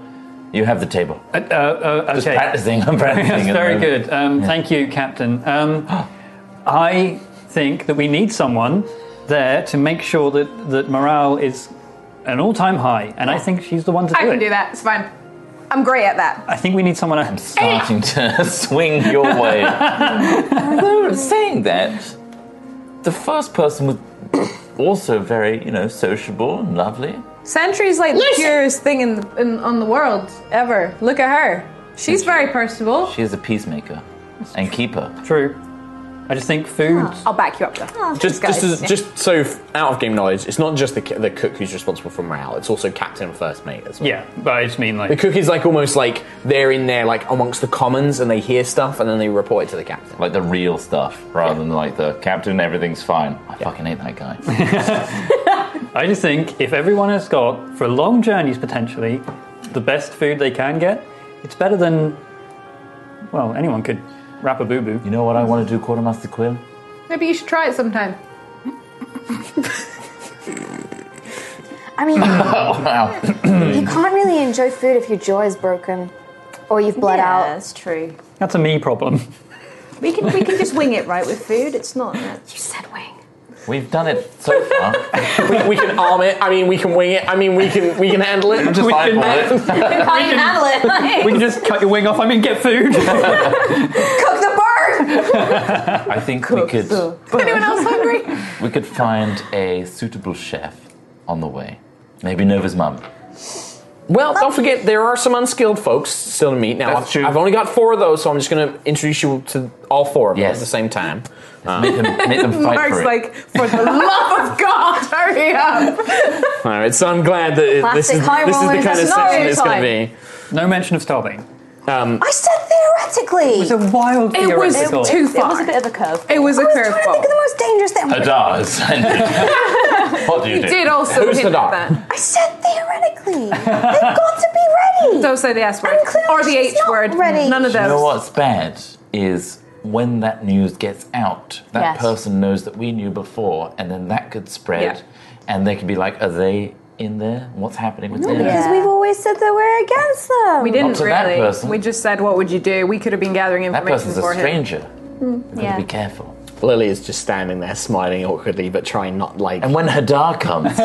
Speaker 12: you have the table.
Speaker 5: Uh, uh, uh,
Speaker 12: Just
Speaker 5: okay. [LAUGHS]
Speaker 12: practicing, I'm practicing
Speaker 5: Yes,
Speaker 12: at the
Speaker 5: very
Speaker 12: moment.
Speaker 5: good. Um, Thank you, Captain. Um, [GASPS] I think that we need someone there to make sure that, that morale is an all time high, and I think she's the one to do
Speaker 17: I
Speaker 5: it.
Speaker 17: can do that. It's fine. I'm great at that.
Speaker 5: I think we need someone else.
Speaker 12: Starting to [LAUGHS] swing your
Speaker 5: [LAUGHS]
Speaker 12: way. Although, saying that, the first person was also very, you know, sociable and lovely.
Speaker 1: Sentry's like the purest thing in, the, in on the world ever. Look at her. She's very personable.
Speaker 12: She is a peacemaker and keeper.
Speaker 5: True. I just think food.
Speaker 17: I'll back you up though.
Speaker 7: Just,
Speaker 17: Guys,
Speaker 7: just, as,
Speaker 17: yeah.
Speaker 7: just so f- out of game knowledge, it's not just the, ca- the cook who's responsible for morale. It's also captain and first mate as well.
Speaker 5: Yeah, but I just mean like.
Speaker 7: The cook is like almost like they're in there like amongst the commons and they hear stuff and then they report it to the captain.
Speaker 12: Like the real stuff, rather than like the captain, everything's fine. I fucking hate that guy.
Speaker 5: I just think if everyone has got, for long journeys potentially, the best food they can get, it's better than, well, anyone could wrap a boo boo.
Speaker 12: you know what I want to do,
Speaker 5: [LAUGHS]
Speaker 12: Quartermaster Quill? [LAUGHS]
Speaker 17: Maybe you should try it sometime.
Speaker 5: [LAUGHS]
Speaker 9: I mean,
Speaker 12: wow.
Speaker 9: you can't really enjoy food if your jaw is broken or you've bled
Speaker 19: yeah,
Speaker 9: out.
Speaker 19: that's true.
Speaker 5: That's a me problem. [LAUGHS]
Speaker 19: We can we can just wing it right with food. It's not.
Speaker 9: You said wing.
Speaker 12: We've done it so far.
Speaker 7: we, we can arm it. I mean, we can wing it. I mean, we can we can handle it.
Speaker 12: I'm just
Speaker 7: we can-
Speaker 12: eyeballing it.
Speaker 9: You can find Hamlet.
Speaker 8: [LAUGHS]
Speaker 5: [LAUGHS] We can just cut your wing off. I mean, get food. [LAUGHS]
Speaker 9: cook the bird.
Speaker 12: I think we could [LAUGHS]
Speaker 1: Anyone else hungry?
Speaker 12: we could find a suitable chef on the way. Maybe Nova's mum.
Speaker 7: Well, don't forget there are some unskilled folks still to meet. Now
Speaker 12: That's
Speaker 7: I've,
Speaker 12: true.
Speaker 7: I've only got four of those, so I'm just going to introduce you to all four of them at the same time.
Speaker 12: Make them, make
Speaker 1: [LAUGHS]
Speaker 12: them fight
Speaker 1: Mark's
Speaker 12: for it.
Speaker 1: like, for the love of God, hurry up!
Speaker 7: all right, so I'm glad that it- this
Speaker 9: Classic
Speaker 7: is
Speaker 9: high
Speaker 7: this is the
Speaker 9: rollers.
Speaker 7: kind of
Speaker 9: That's
Speaker 7: session
Speaker 9: no
Speaker 7: it's going to
Speaker 5: be. No mention of starving.
Speaker 7: Um,
Speaker 9: I said theoretically. It was
Speaker 5: a wild
Speaker 1: It was theoretical. too
Speaker 9: It was
Speaker 1: far.
Speaker 9: a bit of a curve.
Speaker 1: It was a
Speaker 9: I was trying to
Speaker 1: curveball.
Speaker 9: think of the most dangerous thing.
Speaker 12: Hadar has sent it. What do you
Speaker 1: You
Speaker 12: do?
Speaker 1: did also hit at that.
Speaker 9: I said theoretically. They've got to be [LAUGHS] ready.
Speaker 1: Don't say the S word. Or the H word. None of
Speaker 12: You know
Speaker 1: those.
Speaker 12: what's bad is when that news gets out, that
Speaker 1: Yes.
Speaker 12: person knows that we knew before, and then that could spread,
Speaker 9: Yeah.
Speaker 12: and they could be like, "Are they in there? What's happening with
Speaker 9: No,
Speaker 12: them?"
Speaker 9: because we've always said that we're against them.
Speaker 1: We didn't
Speaker 12: to that
Speaker 1: really.
Speaker 12: person.
Speaker 1: We just said, what would you do? We could have been gathering
Speaker 12: That
Speaker 1: information
Speaker 12: person's
Speaker 1: for
Speaker 12: a
Speaker 1: him.
Speaker 12: stranger. We've got
Speaker 1: Yeah.
Speaker 12: to be careful.
Speaker 7: be. Lily is just standing there, smiling awkwardly, but trying not like.
Speaker 12: And when Hadar comes,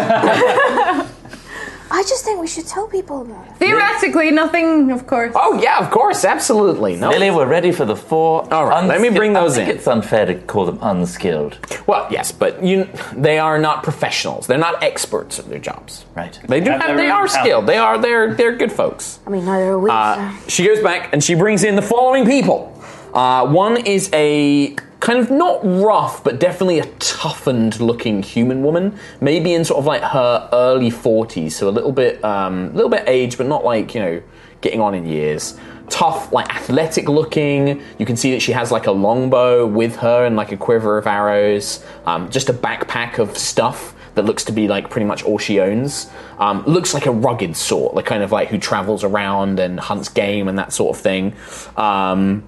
Speaker 9: I just think we should tell people about it.
Speaker 1: Theoretically, nothing, of course.
Speaker 7: Oh, yeah, of course, absolutely. No.
Speaker 12: Lily, we're ready for the four. All right,
Speaker 7: let me bring those
Speaker 12: I think
Speaker 7: in.
Speaker 12: It's unfair to call them unskilled.
Speaker 7: Well, yes, but you, they are not professionals. They're not experts at their jobs.
Speaker 12: Right.
Speaker 7: They do
Speaker 12: Have
Speaker 7: have.
Speaker 12: their
Speaker 7: They
Speaker 12: own
Speaker 7: are
Speaker 12: talent.
Speaker 7: skilled. They are. They're. They're good folks.
Speaker 9: I mean, neither are we.
Speaker 7: Uh, she goes back and she brings in the following people. Uh, one is a kind of not rough, but definitely a toughened looking human woman, maybe in sort of like her early 40s, so a little bit, um, little bit aged, but not like, you know, getting on in years. Tough, like athletic looking. You can see that she has like a longbow with her and like a quiver of arrows, um, just a backpack of stuff that looks to be like pretty much all she owns. Um, looks like a rugged sort, like kind of like who travels around and hunts game and that sort of thing. Um,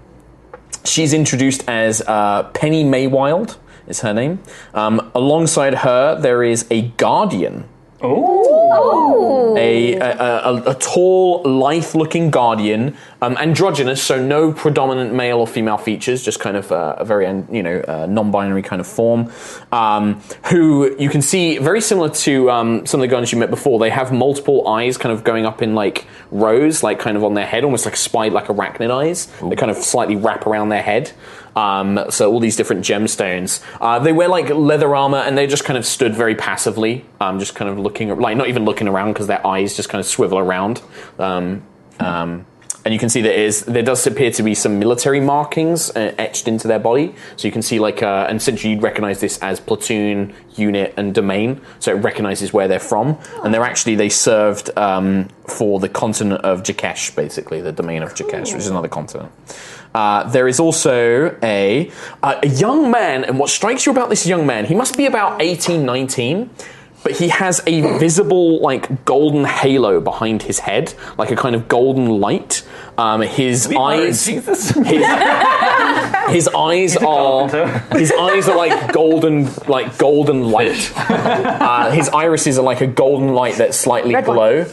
Speaker 7: she's introduced as uh, Penny Maywild is her name. Um, alongside her, there is a guardian.
Speaker 9: Oh.
Speaker 7: A, a, a, a tall, lithe looking guardian, um, androgynous, so no predominant male or female features, just kind of uh, a very, you know, uh, non binary kind of form, um, who you can see very similar to um, some of the guardians you met before. They have multiple eyes kind of going up in like rows, like kind of on their head, almost like spied like arachnid eyes. They kind of slightly wrap around their head. Um, so all these different gemstones. Uh, they wear like leather armor, and they just kind of stood very passively, um, just kind of looking, like not even looking around because their eyes just kind of swivel around. Um, um, and you can see there is there does appear to be some military markings uh, etched into their body. So you can see like, uh, and essentially you'd recognize this as platoon, unit, and domain. So it recognizes where they're from, and they're actually they served um, for the continent of Jakesh, basically the domain of Jakesh, which is another continent. Uh, there is also a, a a young man, and what strikes you about this young man, he must be about 18, 19, but he has a visible, like, golden halo behind his head, like a kind of golden light. Um, his
Speaker 5: [LAUGHS]
Speaker 7: eyes. His, his eyes are. His eyes are like golden, like golden light. Uh, his irises are like a golden light that slightly glow.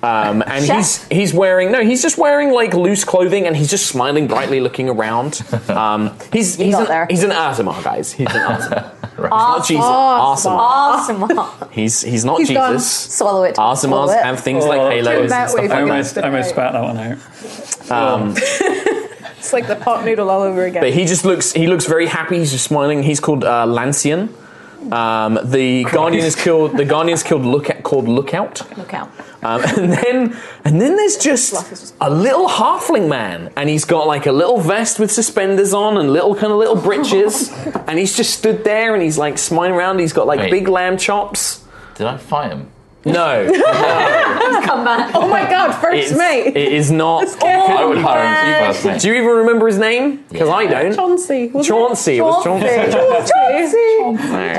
Speaker 7: Um, and he's he's wearing no, he's just wearing like loose clothing, and he's just smiling brightly, looking around. Um, he's he's an, he's an Asimar, guys. He's an Asimar. He's not Jesus. Asimar.
Speaker 9: Awesome. awesome.
Speaker 7: He's he's not
Speaker 9: He's gone.
Speaker 7: Jesus.
Speaker 9: [LAUGHS] Swallow it.
Speaker 7: Asimars
Speaker 9: Swallow it.
Speaker 7: have things like halos and stuff
Speaker 5: I
Speaker 7: like
Speaker 5: almost, I almost spat that one out.
Speaker 7: that. Um,
Speaker 1: It's like the pot noodle all over again.
Speaker 7: but he just looks he looks very happy. He's just smiling. He's called uh, Lancian. Um, the guardian is killed. The guardian is killed. Look at called lookout.
Speaker 8: Look
Speaker 9: [LAUGHS]
Speaker 8: out.
Speaker 7: Um, [LAUGHS] and then, and then there's just a little halfling man, and he's got like a little vest with suspenders on, and little kind of little breeches, and he's just stood there, and he's like smiling around. He's got like
Speaker 12: Wait.
Speaker 7: big lamb chops.
Speaker 12: Did I fight him?
Speaker 7: [LAUGHS] No,
Speaker 8: Come back.
Speaker 1: Oh my god, first
Speaker 7: it's,
Speaker 1: mate!
Speaker 7: it is not.
Speaker 12: I would hire him to be first mate.
Speaker 7: Do you even remember his name? Because I don't.
Speaker 1: Chauncey. wasn't
Speaker 7: Chauncey,
Speaker 1: it?
Speaker 7: it was Chauncey.
Speaker 1: Chauncey.
Speaker 7: Alright.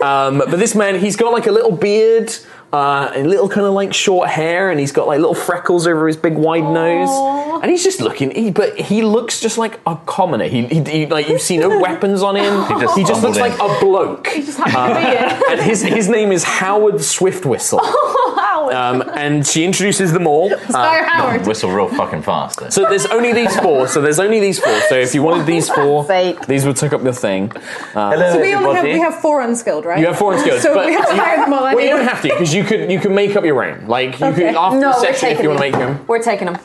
Speaker 7: Um, but this man, he's got like a little beard, uh, and little kind of like short hair, and he's got like little freckles over his big wide nose. and he's just looking. He, but he looks just like a commoner. He, he, he- like you see no weapons on him.
Speaker 12: He just
Speaker 7: looks
Speaker 12: stumbled
Speaker 7: like
Speaker 12: in.
Speaker 7: a bloke. He
Speaker 8: just happened to be
Speaker 7: and his his name is Howard Swiftwhistle.
Speaker 9: [LAUGHS]
Speaker 8: Oh, Howard.
Speaker 7: Um, and she introduces them all. Uh,
Speaker 8: Squire Howard.
Speaker 12: Whistle real fucking fast. Then.
Speaker 7: So there's only these four. So there's only these four. So if you wanted these four, these would take up your thing. Uh,
Speaker 1: so we only have we have four unskilled, right?
Speaker 7: You have four skills,
Speaker 1: So
Speaker 7: but
Speaker 1: we have to
Speaker 7: you,
Speaker 1: hire them all.
Speaker 7: well, you
Speaker 1: anyway.
Speaker 7: don't have to because you could you can make up your own. Like you could after
Speaker 9: no,
Speaker 7: the
Speaker 9: we're
Speaker 7: section if
Speaker 9: taking
Speaker 7: you want to
Speaker 9: them.
Speaker 7: make them.
Speaker 9: We're taking them.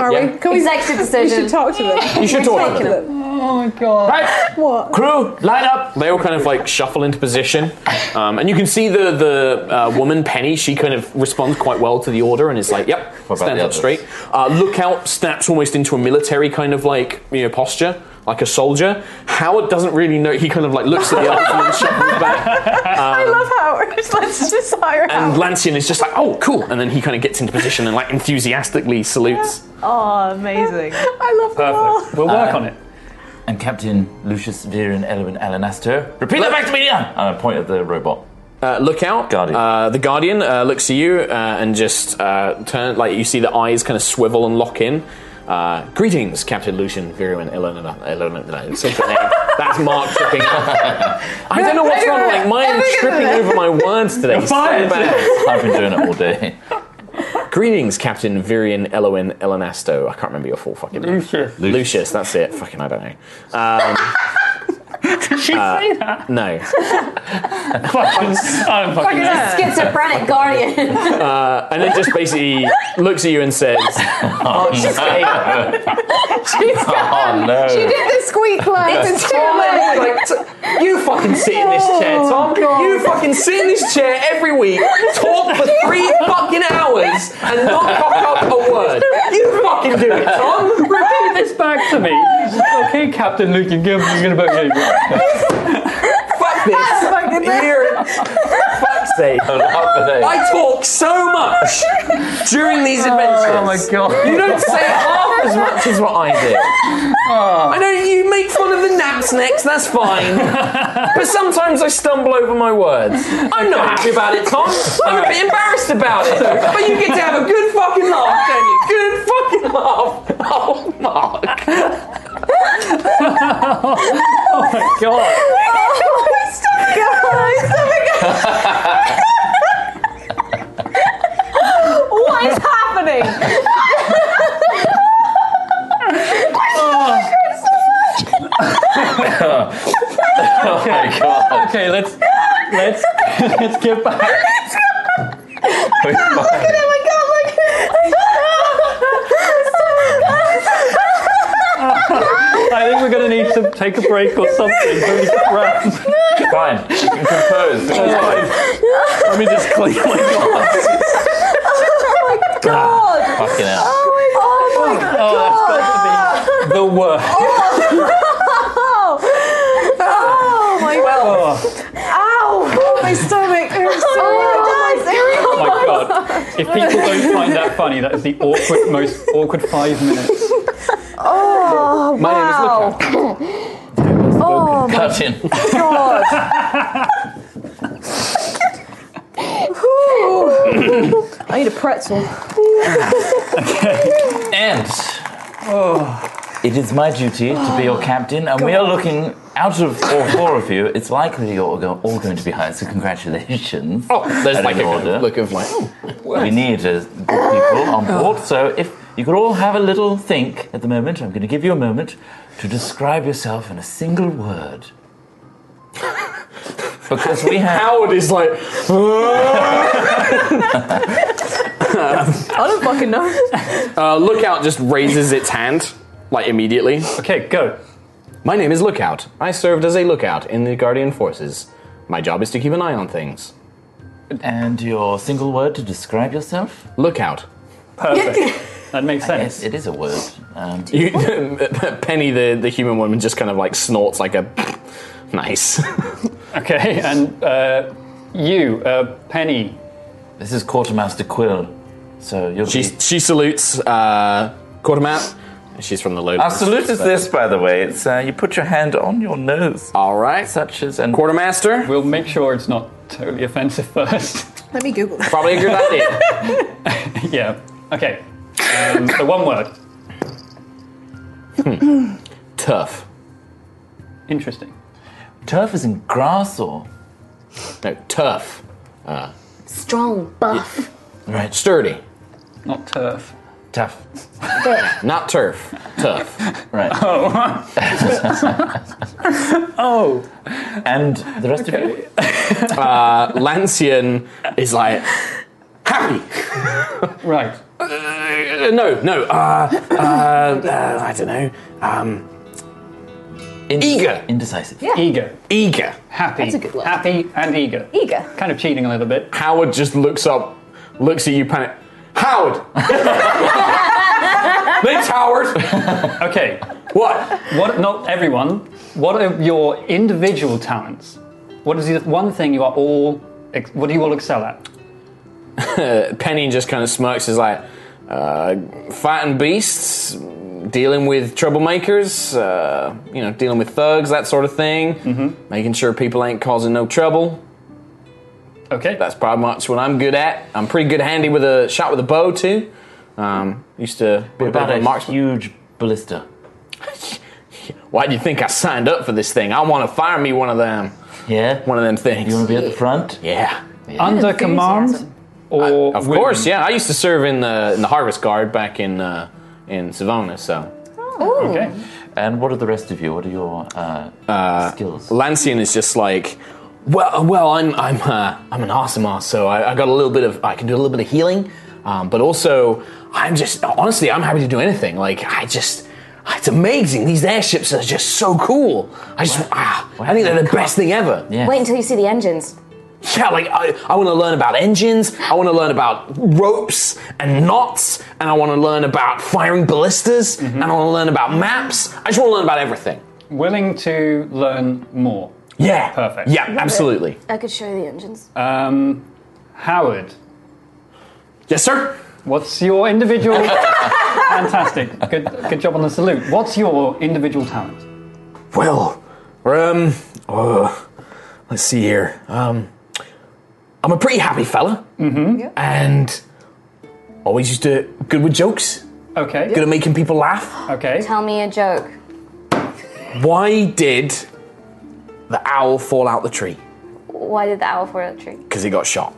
Speaker 1: Are
Speaker 7: Yeah.
Speaker 1: we? Can
Speaker 16: [LAUGHS]
Speaker 1: we
Speaker 9: Executive decision.
Speaker 1: We should talk to them.
Speaker 7: You should
Speaker 1: We're
Speaker 7: talk to
Speaker 1: taking
Speaker 7: them.
Speaker 1: Oh my god. What?
Speaker 7: Crew, line up. They all kind of like shuffle into position, um, and you can see the the uh, woman Penny. She kind of responds quite well to the order and is like, "Yep,
Speaker 12: What about
Speaker 7: stands up
Speaker 12: the others?
Speaker 7: straight." Uh, look out, snaps almost into a military kind of like you know posture. Like a soldier, Howard doesn't really know. He kind of like looks at the others and then shuffles back.
Speaker 16: I
Speaker 7: Um,
Speaker 16: love Howard. Let's just hire
Speaker 7: And
Speaker 16: Howard.
Speaker 7: Lancian is just like, oh, cool. And then he kind of gets into position and like enthusiastically salutes.
Speaker 16: oh, amazing. I love them all.
Speaker 5: Oh.
Speaker 7: We'll
Speaker 12: work
Speaker 7: on it.
Speaker 12: And Captain Lucius Viren Elwin Alanaster. Repeat that back to me, Ian! And I point at the robot.
Speaker 7: Uh, look out. Guardian. Uh, the Guardian uh, looks at you uh, and just uh, turn, like, you see the eyes kind of swivel and lock in. Uh, greetings, Captain Lucian Viruin Elena. Elena, no, it's not the [LAUGHS] name. That's Mark tripping [LAUGHS] up. I don't know what's wrong. Like, mine is tripping over my words today.
Speaker 12: You're
Speaker 7: so
Speaker 12: fired.
Speaker 7: bad.
Speaker 12: I've been doing it all [LAUGHS] day.
Speaker 7: Greetings, Captain Virian Eloin Elenasto. I can't remember your full fucking name. Lucius. Lucius, that's it. Fucking, I don't know. Um,
Speaker 5: Did she
Speaker 7: uh,
Speaker 5: [LAUGHS] say that? [LAUGHS]
Speaker 7: No.
Speaker 5: Fucking, I'm fucking.
Speaker 9: schizophrenic [LAUGHS] guardian.
Speaker 7: Uh, and then just basically looks at you and says, [LAUGHS] oh, [LAUGHS]
Speaker 12: she's
Speaker 7: no.
Speaker 16: She's gone.
Speaker 7: Oh, no.
Speaker 16: She did the squeak line.
Speaker 7: It's
Speaker 16: It's, too
Speaker 5: [LAUGHS]
Speaker 7: Tom,
Speaker 16: late.
Speaker 7: like, t- you fucking sit in this chair,
Speaker 5: Oh,
Speaker 7: Tom. You fucking sit in this chair every week, talk
Speaker 5: [LAUGHS]
Speaker 7: for three fucking hours, and not cock up a word. You fucking do it, Tom.
Speaker 5: Repeat this back to me. [LAUGHS] Okay, Captain Lucan, give us going to book you.
Speaker 7: Fuck this. You're- [LAUGHS] Fuck's sake. I talk so much during these adventures.
Speaker 5: Oh, my God.
Speaker 7: You don't say half as much as what I do.
Speaker 20: Oh.
Speaker 7: I know you make fun of the naps next, that's fine. but sometimes I stumble over my words. I'm not happy about it, Tom. I'm a bit embarrassed about it. But you get to have a good fucking laugh, don't you? Good fucking laugh. Oh, Mark.
Speaker 5: oh my god.
Speaker 16: [LAUGHS] Oh, my stomach Oh, hurt. My stomach hurt. What is happening?
Speaker 5: Oh. oh my god. Okay, let's let's [LAUGHS] let's get back.
Speaker 1: [LAUGHS]
Speaker 16: I can't look at him. I can't look at him. I can't.
Speaker 5: I think we're gonna need to take a break or something. Let me get round.
Speaker 12: Fine, you can compose.
Speaker 1: Oh.
Speaker 5: Let me just clean my glass.
Speaker 16: Oh my god!
Speaker 12: Fucking hell.
Speaker 16: Oh my god! Oh
Speaker 5: The worst.
Speaker 16: Oh my god!
Speaker 5: Oh,
Speaker 16: Ow! Oh, my stomach hurts so much.
Speaker 5: oh my god. If people don't find that funny, that is the awkward, most awkward five minutes.
Speaker 16: Oh,
Speaker 5: My name is
Speaker 16: wow.
Speaker 12: [LAUGHS]
Speaker 16: Oh my
Speaker 12: Cut
Speaker 1: [LAUGHS]
Speaker 12: in.
Speaker 16: god! Whew. I need a pretzel.
Speaker 12: And it is my duty to be your captain, and we are looking out of all four of you. It's likely you're all go- all going to be hired, so congratulations.
Speaker 7: Oh, there's
Speaker 12: That
Speaker 7: like
Speaker 12: is
Speaker 7: a
Speaker 12: order.
Speaker 7: look of like.
Speaker 12: We need uh, good people on board, so if you could all have a little think at the moment, I'm going to give you a moment to describe yourself in a single word. Because we have.
Speaker 7: Howard is like.
Speaker 16: [LAUGHS] I don't fucking know.
Speaker 7: Uh, Lookout just raises its hand, like immediately.
Speaker 5: Okay, go.
Speaker 7: My name is Lookout. I served as a lookout in the Guardian Forces. My job is to keep an eye on things.
Speaker 12: And your single word to describe yourself?
Speaker 7: Lookout.
Speaker 5: Perfect. That makes
Speaker 12: sense. it is a word. Um,
Speaker 7: You, [LAUGHS] Penny, the, the human woman, just kind of like snorts like a. [LAUGHS] Nice.
Speaker 5: Okay, and uh, you, uh, Penny.
Speaker 12: This is Quartermaster Quill. So you'll
Speaker 7: She, she salutes uh, Quartermat. She's from the low.
Speaker 12: Our salute is this, by the way. It's uh, you put your hand on your nose.
Speaker 7: All right.
Speaker 12: Such as and
Speaker 7: quartermaster.
Speaker 5: We'll make sure it's not totally offensive first.
Speaker 1: Let me Google.
Speaker 7: Probably a good idea.
Speaker 5: yeah. Okay. Um, so one word.
Speaker 7: Hmm. Turf.
Speaker 5: Interesting.
Speaker 12: Turf is in grass or?
Speaker 7: No, turf. Ah.
Speaker 9: Strong buff.
Speaker 7: Right. Sturdy.
Speaker 5: Not turf.
Speaker 7: Tough. Not turf. Tough.
Speaker 12: [LAUGHS] Right.
Speaker 5: Oh. oh.
Speaker 12: And the rest of you?
Speaker 7: Uh, Lancian is like, Harry!
Speaker 5: right.
Speaker 20: Uh, no, no. Uh, uh, uh, I don't know. Um,
Speaker 12: eager. Indecisive.
Speaker 20: Yeah.
Speaker 5: Eager.
Speaker 20: Eager.
Speaker 5: Happy.
Speaker 20: That's a good word.
Speaker 5: Happy and eager.
Speaker 9: Eager.
Speaker 5: Kind of cheating a little bit.
Speaker 20: Howard just looks up, looks at you, panic. Howard!
Speaker 5: Thanks, Howard. okay. What? What? Not everyone. What are your individual talents? What is the one thing you are all? ex- What do you all excel at?
Speaker 20: Penny
Speaker 7: just kind of smirks, is like, uh, fighting beasts, dealing with troublemakers, uh, you know, dealing with thugs, that sort of thing, making sure people ain't causing no trouble.
Speaker 5: Okay.
Speaker 7: That's probably much what I'm good at. I'm pretty good handy with a shot with a bow, too. Um, used to be
Speaker 12: What about
Speaker 7: bit of
Speaker 12: a
Speaker 7: marksman.
Speaker 12: huge ballista?
Speaker 7: Why do you think I signed up for this thing? I want to fire me one of them.
Speaker 12: Yeah.
Speaker 7: One of them things. You want
Speaker 12: to be at the front?
Speaker 7: Yeah.
Speaker 5: Under command, or
Speaker 7: Of course, yeah. I used to serve in the in the Harvest Guard back in uh, in Savona, so.
Speaker 5: Okay.
Speaker 12: And what are the rest of you? What are your uh, skills?
Speaker 7: Lancian is just like, well, well, I'm I'm uh, I'm an Asimar, so I, I got a little bit of I can do a little bit of healing, um, but also I'm just honestly I'm happy to do anything. Like I just, it's amazing. These airships are just so cool. I just ah, I think they're the best thing ever.
Speaker 9: Wait until you see the engines.
Speaker 7: Yeah, like I, I want to learn about engines, I want to learn about ropes and knots, and I want to learn about firing ballistas,
Speaker 5: Mm-hmm.
Speaker 7: and I want to learn about maps. I just want to learn about everything.
Speaker 5: willing to learn more.
Speaker 7: Yeah.
Speaker 5: Perfect.
Speaker 7: Yeah, absolutely.
Speaker 9: I could show you the engines.
Speaker 5: Um, Howard.
Speaker 7: Yes, sir.
Speaker 5: What's your individual?
Speaker 7: [LAUGHS]
Speaker 5: Fantastic. Good. Good job on the salute. What's your individual talent?
Speaker 20: Well, um,
Speaker 7: oh,
Speaker 20: uh, let's see here. Um,
Speaker 7: I'm a pretty happy fella,
Speaker 5: Mm-hmm. Yeah.
Speaker 7: and always used to good with jokes,
Speaker 5: Okay.
Speaker 7: good at making people laugh.
Speaker 5: Okay.
Speaker 9: Tell me a joke.
Speaker 7: Why did the owl fall out the tree?
Speaker 9: Why did the owl fall out of the tree?
Speaker 7: Because he got
Speaker 12: [LAUGHS]
Speaker 7: shot.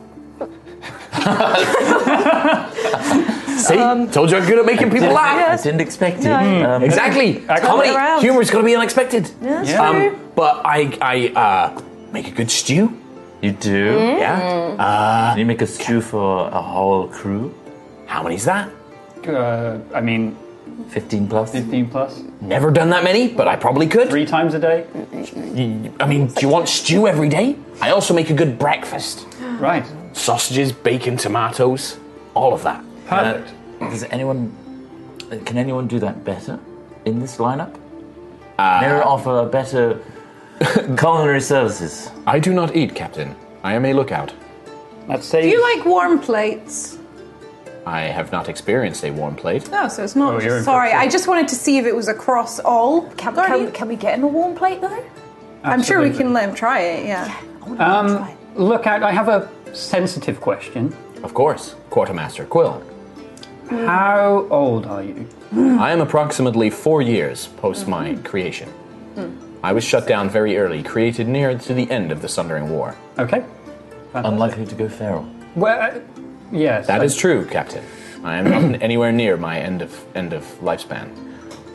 Speaker 7: See,
Speaker 12: Um,
Speaker 7: told you I'm good at making people
Speaker 12: Didn't-
Speaker 7: laugh.
Speaker 12: I didn't expect it.
Speaker 7: No.
Speaker 12: Um,
Speaker 7: exactly.
Speaker 12: Turn it
Speaker 7: Comedy,
Speaker 12: around.
Speaker 7: humor's got to be unexpected. Um,
Speaker 12: Yeah, that's Yeah. true.
Speaker 7: but I, I uh, make a good stew.
Speaker 12: You do?
Speaker 7: Mm. Yeah.
Speaker 12: Can you make a stew for a whole crew?
Speaker 7: How many's that?
Speaker 5: Uh, I mean,
Speaker 12: 15 plus.
Speaker 5: 15 plus.
Speaker 7: Never done that many, but I probably could.
Speaker 5: Three times a day.
Speaker 7: I mean, do you want stew every day? I also make a good breakfast.
Speaker 5: Right.
Speaker 7: Sausages, bacon, tomatoes, all of that.
Speaker 5: Perfect.
Speaker 12: Does anyone. uh, Can anyone do that better in this lineup? Uh, Never offer [LAUGHS] better culinary services.
Speaker 7: I do not eat, Captain. I am a lookout.
Speaker 5: Let's say
Speaker 1: Do you like warm plates?
Speaker 7: I have not experienced a warm plate.
Speaker 1: No, so it's not.
Speaker 7: Oh, you're in
Speaker 1: sorry,
Speaker 7: for
Speaker 1: I just wanted to see if it was across all. Can,
Speaker 21: can- can we get him a warm plate though?
Speaker 1: I'm sure we
Speaker 5: Absolutely.
Speaker 1: can let him try it. Yeah.
Speaker 5: Um, look out! I have a sensitive question.
Speaker 7: Of course, Quartermaster Quill.
Speaker 5: How old are you?
Speaker 7: I am approximately four years post my creation. I was shut down very early, created near to the end of the Sundering War.
Speaker 5: Okay.
Speaker 12: Unlikely to go feral.
Speaker 5: Well, uh, yes.
Speaker 7: That is true, Captain. I am not anywhere near my end of end of lifespan.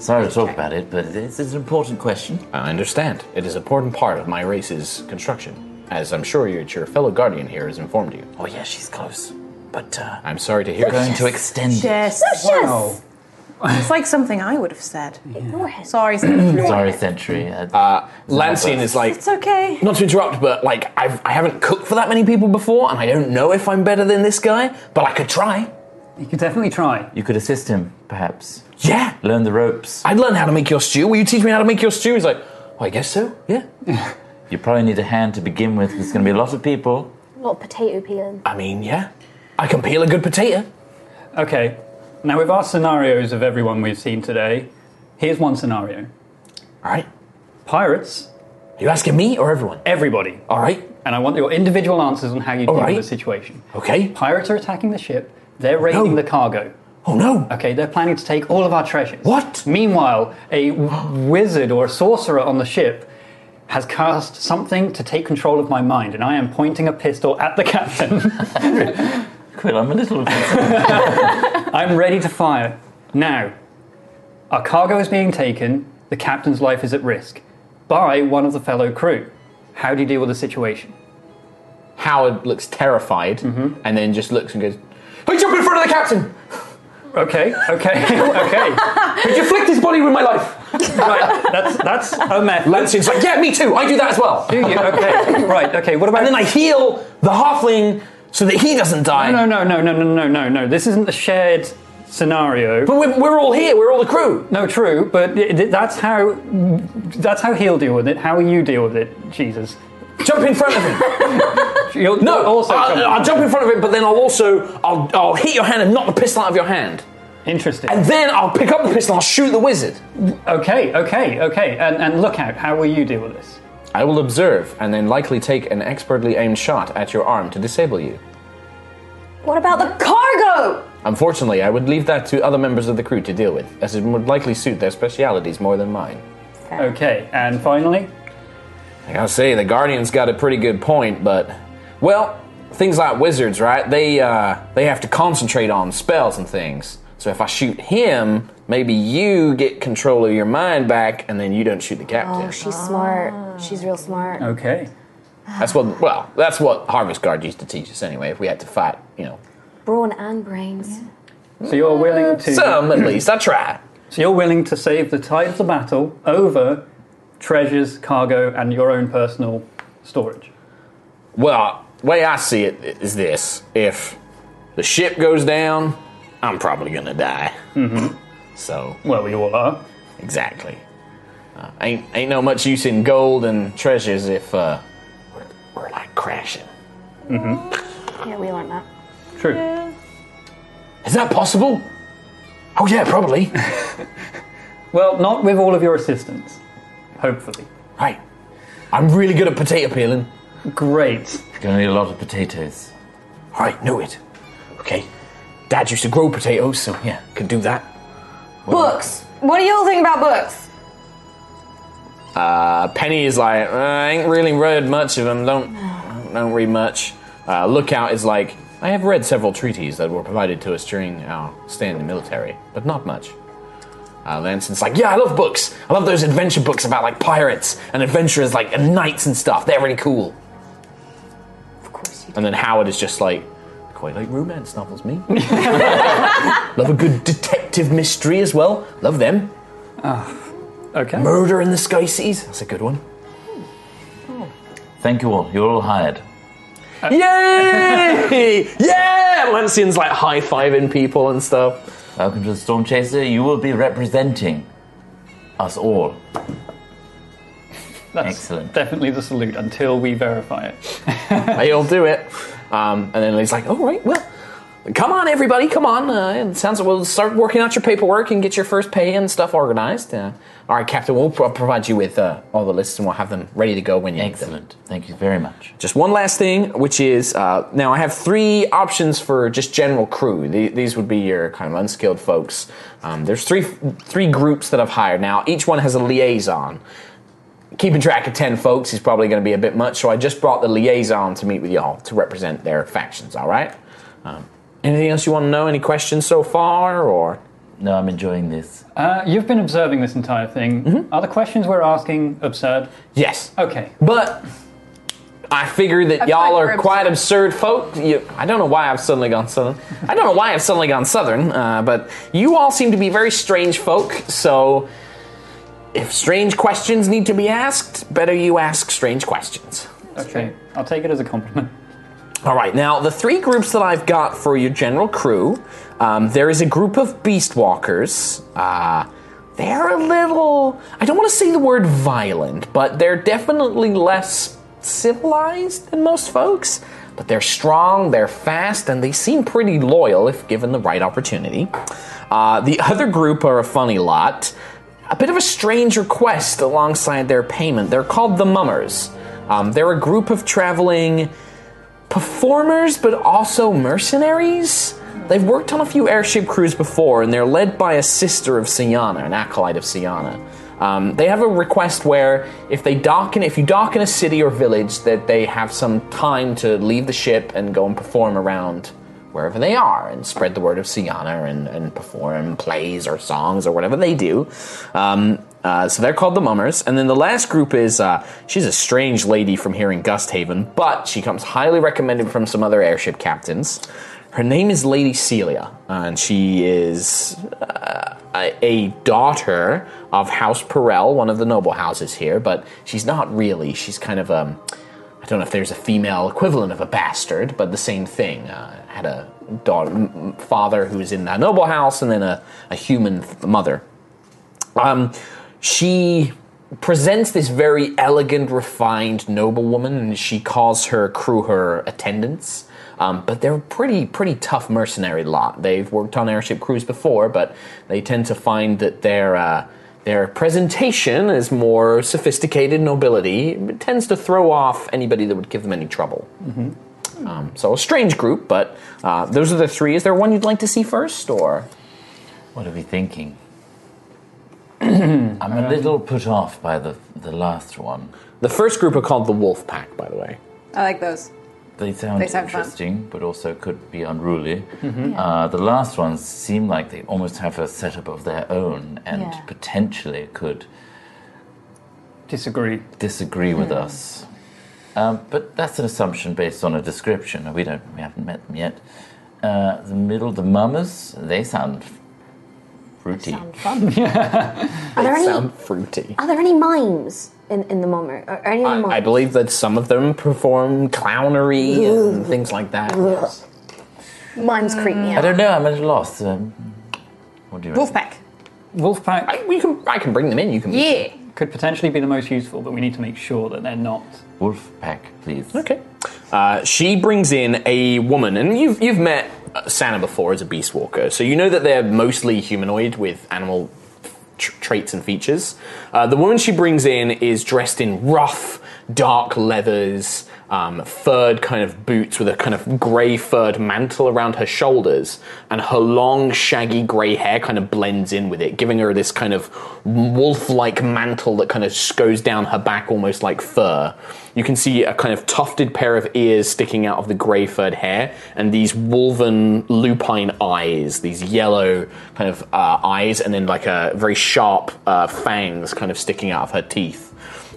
Speaker 12: Sorry to talk about it, but it's, it's an important question.
Speaker 7: I understand. It is an important part of my race's construction, as I'm sure your, your fellow guardian here has informed you.
Speaker 12: Oh yeah, she's close, but uh,
Speaker 7: I'm sorry to hear
Speaker 12: we're going
Speaker 7: that.
Speaker 12: to extend it.
Speaker 1: Yes.
Speaker 5: Wow.
Speaker 1: It's like something I would
Speaker 7: [LAUGHS]
Speaker 1: have said.
Speaker 7: [CLEARS THROAT]
Speaker 1: Sorry.
Speaker 12: Sorry, Sentry. Uh,
Speaker 7: Lancine is like,
Speaker 1: It's okay.
Speaker 7: not to interrupt, but like I've, I haven't cooked for that many people before, and I don't know if I'm better than this guy, but I could try.
Speaker 5: You could definitely try.
Speaker 12: you could assist him, perhaps.
Speaker 7: Yeah,
Speaker 12: Learn the ropes.
Speaker 7: I'd learn how to make your stew. Will you teach me how to make your stew? He's like, oh, I guess so. Yeah.
Speaker 12: You probably need a hand to begin with. There's going to be a lot of people.
Speaker 9: A lot of potato peeling.
Speaker 7: I mean, yeah, I can peel a good potato.
Speaker 5: Okay. Now, with our scenarios of everyone we've seen today, here's one scenario.
Speaker 7: All right.
Speaker 5: Pirates.
Speaker 7: Are you asking me or everyone?
Speaker 5: Everybody.
Speaker 7: All right.
Speaker 5: And I want your individual answers on how you deal
Speaker 7: right.
Speaker 5: with the situation.
Speaker 7: Okay.
Speaker 5: Pirates are attacking the ship. They're raiding
Speaker 7: No.
Speaker 5: the cargo.
Speaker 7: Oh no!
Speaker 5: Okay, they're planning to take all of our treasures.
Speaker 7: What?
Speaker 5: Meanwhile,
Speaker 7: [GASPS]
Speaker 5: a w- wizard or a sorcerer on the ship has cast something to take control of my mind, and I am pointing a pistol at the [LAUGHS] captain.
Speaker 12: Quill, I'm a little. [LAUGHS]
Speaker 5: I'm ready to fire. Now, our cargo is being taken, the captain's life is at risk by one of the fellow crew. How do you deal with the situation?
Speaker 7: Howard looks terrified
Speaker 5: Mm-hmm.
Speaker 7: and then just looks and goes, I jump in front of the captain!
Speaker 5: Okay, okay, [LAUGHS] okay.
Speaker 7: Could you flick his body with my life?
Speaker 5: right, that's that's a method.
Speaker 7: Lansing's like, yeah, me too. I do that as well.
Speaker 5: Do you? Okay, right, okay. What about?
Speaker 7: And then I heal the halfling so that he doesn't die.
Speaker 5: No, no, no, no, no, no, no, no, no. This isn't the shared scenario.
Speaker 7: But we're, we're all here. We're all the crew.
Speaker 5: No, true, but it- it- that's how that's how he'll deal with it. How you deal with it, Jesus.
Speaker 7: Jump in front of him.
Speaker 5: [LAUGHS] You'll,
Speaker 7: No,
Speaker 5: you'll also
Speaker 7: I'll,
Speaker 5: come-
Speaker 7: I'll jump in front of him, but then I'll also I'll, I'll hit your hand and knock the pistol out of your hand.
Speaker 5: Interesting.
Speaker 7: And then I'll pick up the pistol and I'll shoot the wizard.
Speaker 5: okay, okay, okay. And and look out. How will you deal with this?
Speaker 7: I will observe and then likely take an expertly aimed shot at your arm to disable you.
Speaker 9: What about the cargo?
Speaker 7: Unfortunately, I would leave that to other members of the crew to deal with, as it would likely suit their specialities more than mine.
Speaker 5: Okay, and finally,
Speaker 7: I gotta say, the Guardian's got a pretty good point, but well, things like wizards, right? They uh, they have to concentrate on spells and things. So if I shoot him, maybe you get control of your mind back, and then you don't shoot the captain.
Speaker 9: Oh, she's smart. She's real smart.
Speaker 7: Ah.
Speaker 5: okay.
Speaker 7: That's what well, that's what Harvest Guard used to teach us anyway. If we had to fight, you know,
Speaker 9: Brawn and brains.
Speaker 5: So you're willing to
Speaker 7: some at least. I try.
Speaker 5: So you're willing to save the tide of the battle over treasures, cargo, and your own personal storage.
Speaker 7: Well, way I see it is this: if the ship goes down, I'm probably gonna die.
Speaker 5: Mm-hmm.
Speaker 7: So
Speaker 5: Well, we all are.
Speaker 7: Exactly. Uh, ain't ain't no much use in gold and treasures if uh, we're, we're like crashing.
Speaker 5: Mm-hmm.
Speaker 9: Yeah, we learned that.
Speaker 5: True.
Speaker 7: Is that possible? Oh yeah, probably.
Speaker 5: Well, not with all of your assistance, hopefully.
Speaker 7: Right. I'm really good at potato peeling.
Speaker 5: Great.
Speaker 12: Gonna need a lot of potatoes.
Speaker 7: All right, knew it. Okay. Dad used to grow potatoes, so yeah, could do that.
Speaker 1: Books. What do you all think about books?
Speaker 7: Uh, Penny is like, I ain't really read much of them. Don't don't read much. Uh, Lookout is like, I have read several treaties that were provided to us during our stay in the military, but not much. Uh, Lanson's like, yeah, I love books. I love those adventure books about like pirates and adventurers, like and knights and stuff. They're really cool. Of course. You do. And then Howard is just like, quite like romance novels, [LAUGHS] me. love a good detective mystery as well. Love them.
Speaker 5: okay.
Speaker 7: Murder in the Sky Seas. That's a good one.
Speaker 12: Thank you all. You're all hired.
Speaker 7: Yay! [LAUGHS] yeah! Lancian's like high fiving people and stuff.
Speaker 12: Welcome to the Storm Chaser. You will be representing us all.
Speaker 5: That's
Speaker 12: Excellent.
Speaker 5: Definitely the salute until we verify it.
Speaker 7: They'll do it. Um, and then he's like, all right, well, come on, everybody, come on. Uh, it sounds like we'll start working out your paperwork and get your first pay and stuff organized. Uh, all right, Captain, we'll pro- provide you with uh, all the lists and we'll have them ready to go when you need them.
Speaker 12: Excellent. Thank you very much.
Speaker 7: Just one last thing, which is uh, now I have three options for just general crew. The- These would be your kind of unskilled folks. Um, there's three three groups that I've hired now. Each one has a liaison. Keeping track of ten folks is probably going to be a bit much, so I just brought the liaison to meet with y'all to represent their factions. All right. Um, anything else you want to know? Any questions so far, or
Speaker 12: No, I'm enjoying this.
Speaker 5: Uh, you've been observing this entire thing. Are the questions we're asking absurd?
Speaker 7: yes?
Speaker 5: Okay.
Speaker 7: But I figure that y'all are quite absurd folk. You, I don't know why I've suddenly gone southern. I don't know why I've suddenly gone southern, uh, but you all seem to be very strange folk, so if strange questions need to be asked, better you ask strange questions.
Speaker 5: Okay. I'll take it as a compliment. [LAUGHS]
Speaker 7: All right, now the three groups that I've got for your general crew um, there is a group of beast walkers. Uh, they're a little, I don't want to say the word violent, but they're definitely less civilized than most folks. But they're strong, they're fast, and they seem pretty loyal if given the right opportunity. Uh, the [LAUGHS] other group are a funny lot. A bit of a strange request alongside their payment. They're called the Mummers. Um, they're a group of traveling performers, but also mercenaries. They've worked on a few airship crews before, and they're led by a sister of Siana, an acolyte of Siana. Um, they have a request where if they dock in, if you dock in a city or village, that they have some time to leave the ship and go and perform around wherever they are and spread the word of Siana and, and perform plays or songs or whatever they do. Um, uh, so they're called the Mummers. And then the last group is uh, she's a strange lady from here in Gusthaven, but she comes highly recommended from some other airship captains. Her name is Lady Celia, and she is uh, a- a daughter of House Perel, one of the noble houses here, but she's not really. She's kind of um, I don't know if there's a female equivalent of a bastard, but the same thing. Uh, had a daughter, m- m- father who was in that noble house, and then a, a human f- mother. Um, she presents this very elegant, refined noblewoman, and she calls her crew her attendants. Um, but they're a pretty, pretty tough mercenary lot. They've worked on airship crews before, but they tend to find that their uh, their presentation is more sophisticated nobility. It tends to throw off anybody that would give them any trouble.
Speaker 10: Mm-hmm.
Speaker 7: Um, so a strange group, but uh, those are the three. Is there one you'd like to see first, or
Speaker 12: what are we thinking? [CLEARS THROAT] I'm a little put off by the the last one.
Speaker 7: The first group are called the Wolf Pack, by the way.
Speaker 1: I like those.
Speaker 12: They sound
Speaker 1: They sound fun.
Speaker 12: interesting, but also could be unruly.
Speaker 1: Mhm. Yeah.
Speaker 12: Uh, the last ones seem like they almost have a setup of their own, and
Speaker 1: Yeah.
Speaker 12: potentially could
Speaker 5: disagree
Speaker 12: disagree with
Speaker 1: Mm.
Speaker 12: us. Um, but that's an assumption based on a description. We don't, we haven't met them yet. Uh, the middle, the mummers, they sound fruity.
Speaker 9: Fun.
Speaker 7: They
Speaker 9: [LAUGHS] Are there any-
Speaker 7: sound fruity.
Speaker 9: Are there any mimes in, in the mummer? Are, are any of
Speaker 7: I,
Speaker 9: them mimes?
Speaker 7: I believe that some of them perform clownery and
Speaker 9: Ugh.
Speaker 7: things like that.
Speaker 9: Ugh.
Speaker 7: yes.
Speaker 9: Mimes creep me
Speaker 12: I
Speaker 9: out.
Speaker 12: don't know. I'm at a loss. Um, what do you reckon?
Speaker 1: Wolfpack.
Speaker 5: Wolfpack.
Speaker 7: I, we can, I can bring them in. You can.
Speaker 1: Yeah.
Speaker 5: Could potentially be the most useful, but we need to make sure that they're not.
Speaker 12: Wolf pack, please.
Speaker 7: Okay. Uh, she brings in a woman, and you've you've met uh, Santa before as a beast walker, so you know that they're mostly humanoid with animal tr- traits and features. Uh, the woman she brings in is dressed in rough, dark leathers, um, furred kind of boots with a kind of grey furred mantle around her shoulders, and her long, shaggy grey hair kind of blends in with it, giving her this kind of wolf like mantle that kind of goes down her back almost like fur. You can see a kind of tufted pair of ears sticking out of the grey furred hair, and these wolven lupine eyes, these yellow kind of uh, eyes, and then like a very sharp uh, fangs kind of sticking out of her teeth.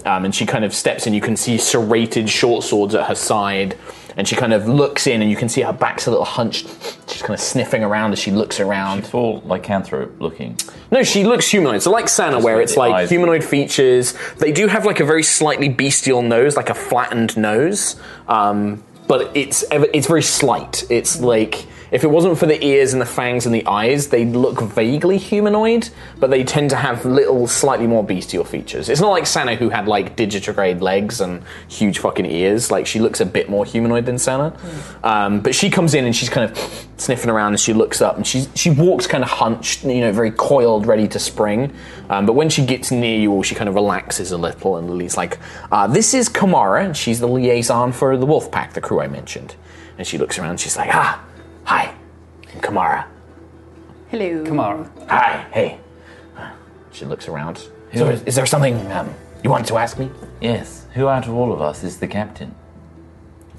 Speaker 7: Um, and she kind of steps in. You can see serrated short swords at her side, and she kind of looks in, and you can see her back's a little hunched. She's kind of sniffing around as she looks around. She's
Speaker 12: all lycanthrope looking.
Speaker 7: No, she looks humanoid. So like Sana, where
Speaker 12: like
Speaker 7: it's
Speaker 12: the
Speaker 7: like
Speaker 12: eyes.
Speaker 7: humanoid features. They do have like a very slightly bestial nose, like a flattened nose, um, but it's ev- it's very slight. It's like if it wasn't for the ears and the fangs and the eyes, they look vaguely humanoid, but they tend to have little, slightly more bestial features. It's not like Sana, who had like digitigrade legs and huge fucking ears. Like she looks a bit more humanoid than Sana. Um, but she comes in and she's kind of sniffing around and she looks up and she she walks kind of hunched, you know, very coiled, ready to spring. Um, but when she gets near you all, she kind of relaxes a little and Lily's like, uh, "This is Kamara, and she's the liaison for the Wolf Pack, the crew I mentioned." And she looks around. And she's like, "Ah, hi, I'm Kamara.
Speaker 1: Hello.
Speaker 5: Kamara.
Speaker 7: Hi, hey." She looks around.
Speaker 12: Who
Speaker 7: So
Speaker 12: is-
Speaker 7: is, is there something um, you wanted to ask me?
Speaker 12: Yes. Who out of all of us is the captain?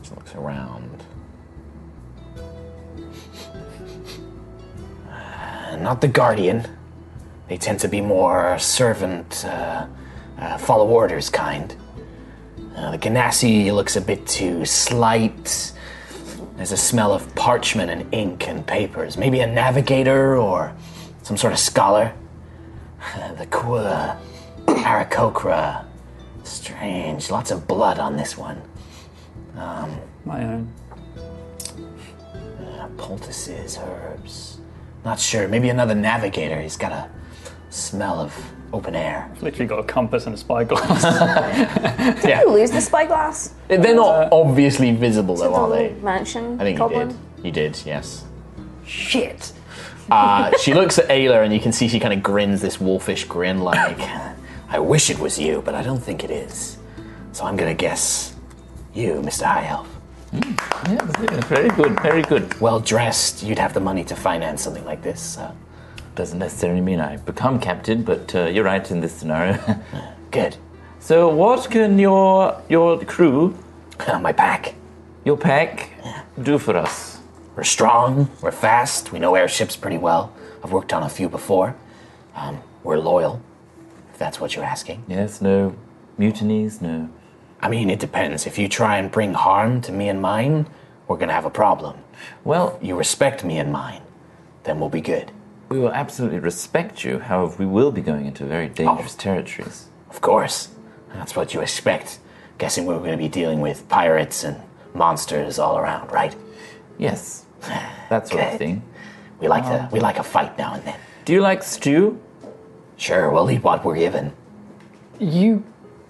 Speaker 7: She looks around. Uh, not the guardian. They tend to be more servant, uh, uh, follow orders kind. Uh, the Ganassi looks a bit too slight. There's a smell of parchment and ink and papers. Maybe a navigator or some sort of scholar. [LAUGHS] the Kua, Arakokra. Strange. Lots of blood on this one. Um,
Speaker 5: My own.
Speaker 7: Uh, poultices, herbs. Not sure. Maybe another navigator. He's got a smell of open air.
Speaker 5: I've literally got a compass and a spyglass.
Speaker 7: yeah.
Speaker 9: you lose
Speaker 7: [LAUGHS]
Speaker 9: the spyglass?
Speaker 7: They're not obviously visible, though,
Speaker 9: the
Speaker 7: are
Speaker 9: little
Speaker 7: they?
Speaker 9: mansion
Speaker 7: eh? I think
Speaker 9: goblin?
Speaker 7: you did. You did, yes.
Speaker 9: Shit.
Speaker 7: Uh, she looks at Ayla, and you can see she kind of grins this wolfish grin, like, I wish it was you, but I don't think it is. So I'm going to guess you, Mr. High Elf.
Speaker 12: Yeah, very good, very good. Well dressed, you'd have the money to finance something like
Speaker 7: [LAUGHS]
Speaker 12: this. Uh, doesn't necessarily mean I become captain, but uh, you're right in this scenario. [LAUGHS] good. So, what can your your crew, my pack, your pack, do for us?
Speaker 7: We're strong, we're fast, we know airships pretty well. I've worked on a few before. Um, we're loyal, if that's what you're asking.
Speaker 12: Yes, no mutinies, no.
Speaker 7: I mean, it depends. If you try and bring harm to me and mine, we're gonna have a problem.
Speaker 12: Well,
Speaker 7: you respect me and mine, then we'll be good.
Speaker 12: We will absolutely respect you. However, we will be going into very dangerous
Speaker 7: Oh.
Speaker 12: territories.
Speaker 7: Of course, that's what you expect. Guessing we're gonna be dealing with pirates and monsters all around, right?
Speaker 12: Yes, that sort of
Speaker 7: Good.
Speaker 12: thing.
Speaker 7: We like
Speaker 12: Um,
Speaker 7: to we like a fight now and then.
Speaker 12: Do you like stew?
Speaker 7: Sure, we'll eat what we're given.
Speaker 5: You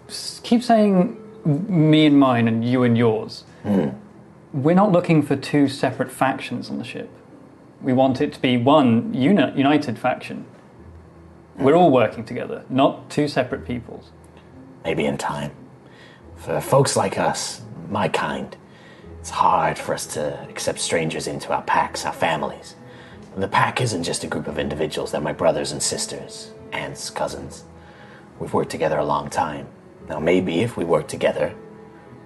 Speaker 5: s- keep saying me and mine and you and yours. We're not looking for two separate factions on the ship. We want it to be one uni- united faction. We're all working together, not two separate peoples.
Speaker 7: Maybe in time. For folks like us, my kind, it's hard for us to accept strangers into our packs, our families. The pack isn't just a group of individuals, they're my brothers and sisters, aunts, cousins. We've worked together a long time. Now, maybe if we work together,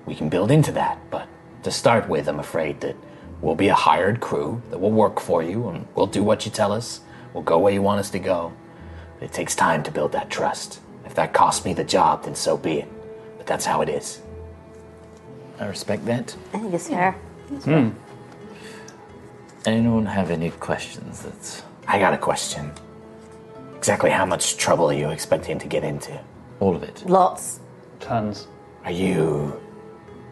Speaker 7: we can build into that, but to start with, I'm afraid that we'll be a hired crew that will work for you and we'll do what you tell us, we'll go where you want us to go. But it takes time to build that trust. If that costs me the job, then so be it. But that's how it is.
Speaker 12: I respect that.
Speaker 9: I think it's fair.
Speaker 12: Hmm. Anyone have any questions? That's
Speaker 7: I got a question. Exactly how much trouble are you expecting to get into?
Speaker 12: All of it.
Speaker 7: Lots.
Speaker 5: Tons.
Speaker 7: Are you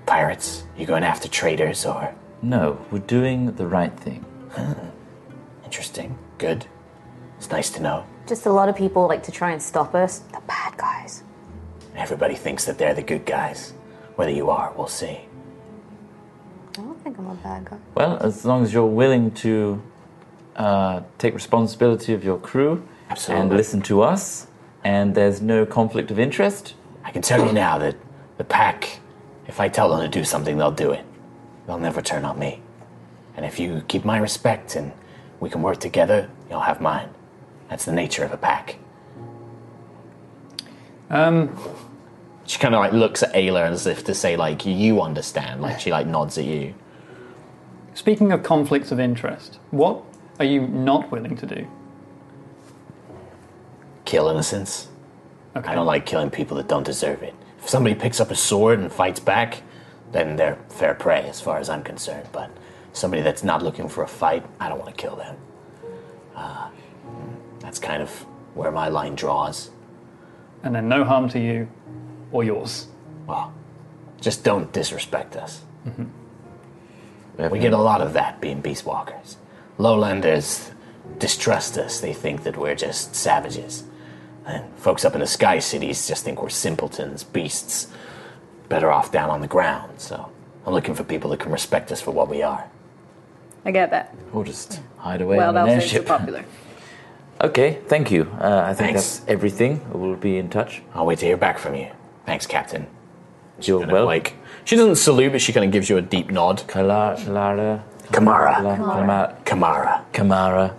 Speaker 7: pirates? You going after traitors or
Speaker 12: No, we're doing the right thing.
Speaker 7: interesting? Good. It's nice to know.
Speaker 9: Just a lot of people like to try and stop us. The bad guys.
Speaker 7: Everybody thinks that they're the good guys. Whether you are, we'll see.
Speaker 9: I don't think I'm a bad guy.
Speaker 12: Well, as long as you're willing to uh, take responsibility of your crew and
Speaker 7: Absolutely.
Speaker 12: listen to us, and there's no conflict of interest.
Speaker 7: I can tell you now that the pack, if I tell them to do something, they'll do it. They'll never turn on me. And if you keep my respect and we can work together, you'll have mine. That's the nature of a pack.
Speaker 5: Um,
Speaker 7: She kind of like looks at Ayla as if to say like you understand. Like she like nods at you.
Speaker 5: Speaking of conflicts of interest, what are you not willing to do?
Speaker 7: Kill innocents. I don't like killing people that don't deserve it. If somebody picks up a sword and fights back, then they're fair prey as far as I'm concerned. But somebody that's not looking for a fight, I don't want to kill them. Uh, that's kind of where my line draws.
Speaker 5: And then no harm to you or yours.
Speaker 7: Well, just don't disrespect us.
Speaker 5: Mhm.
Speaker 12: Mm-hmm.
Speaker 7: We get a lot of that being beast walkers. Lowlanders distrust us. They think that we're just savages. And folks up in the sky cities just think we're simpletons, beasts, better off down on the ground. So I'm looking for people that can respect us for what we are.
Speaker 22: I get that.
Speaker 12: Or just hide away
Speaker 22: well,
Speaker 12: on an
Speaker 22: those things are
Speaker 12: airship.
Speaker 22: popular.
Speaker 12: [LAUGHS] Okay, thank you. Uh, I think
Speaker 7: Thanks.
Speaker 12: that's everything. We'll be in touch.
Speaker 7: I'll wait to hear back from you. Thanks, Captain.
Speaker 12: You're welcome.
Speaker 7: Like she doesn't salute, but she kind of gives you a deep nod.
Speaker 12: Kala, Lara,
Speaker 7: Kamara.
Speaker 12: Kamara.
Speaker 7: Kamara.
Speaker 12: Kamara.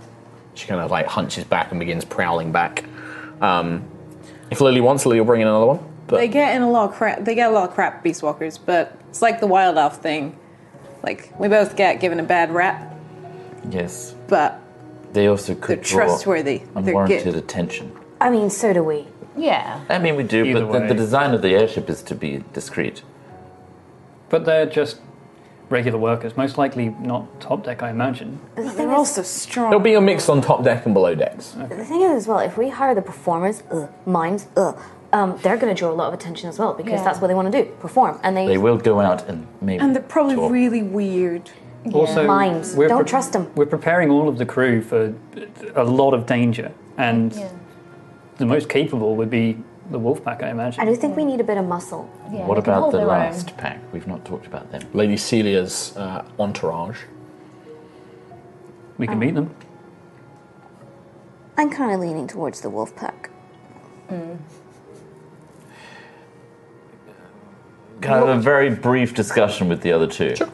Speaker 7: She kind of like hunches back and begins prowling back. Um, if Lily wants, Lily will bring in another one.
Speaker 1: they get in a lot of crap. They get a lot of crap beast walkers, but it's like the wild elf thing. Like we both get given a bad rap,
Speaker 12: Yes,
Speaker 1: but
Speaker 12: they also could
Speaker 1: They're
Speaker 12: draw
Speaker 1: trustworthy. They're good.
Speaker 12: unwarranted attention.
Speaker 9: I mean, so do we. Yeah.
Speaker 12: I mean, we do,
Speaker 5: Either
Speaker 12: but the, the
Speaker 5: way.
Speaker 12: design of the airship is to be discreet.
Speaker 5: But they're just regular workers, most likely not top deck, I imagine.
Speaker 9: they're also strong.
Speaker 23: There'll
Speaker 5: be
Speaker 23: a mix on top deck and below decks.
Speaker 9: The thing is, as well, if we hire the performers, ugh, mimes, ugh, um, they're going to draw a lot of attention as well because
Speaker 1: Yeah.
Speaker 9: that's what they want to do perform. And they,
Speaker 12: They will go out and maybe.
Speaker 1: and they're probably
Speaker 12: talk.
Speaker 1: really weird.
Speaker 5: Also,
Speaker 9: mimes.
Speaker 5: we're
Speaker 9: Don't
Speaker 5: pre-
Speaker 9: trust them.
Speaker 5: We're preparing all of the crew for a lot of danger, and the most capable would be the wolf pack, I
Speaker 9: I
Speaker 5: imagine.
Speaker 9: do think we need a bit of muscle. Yeah,
Speaker 12: What about the last pack? We've not talked about them.
Speaker 23: Lady Celia's uh, entourage.
Speaker 5: We can meet them.
Speaker 9: I'm kind of leaning towards the wolf [LAUGHS] pack.
Speaker 12: Can I have a very brief discussion with the other two? Sure.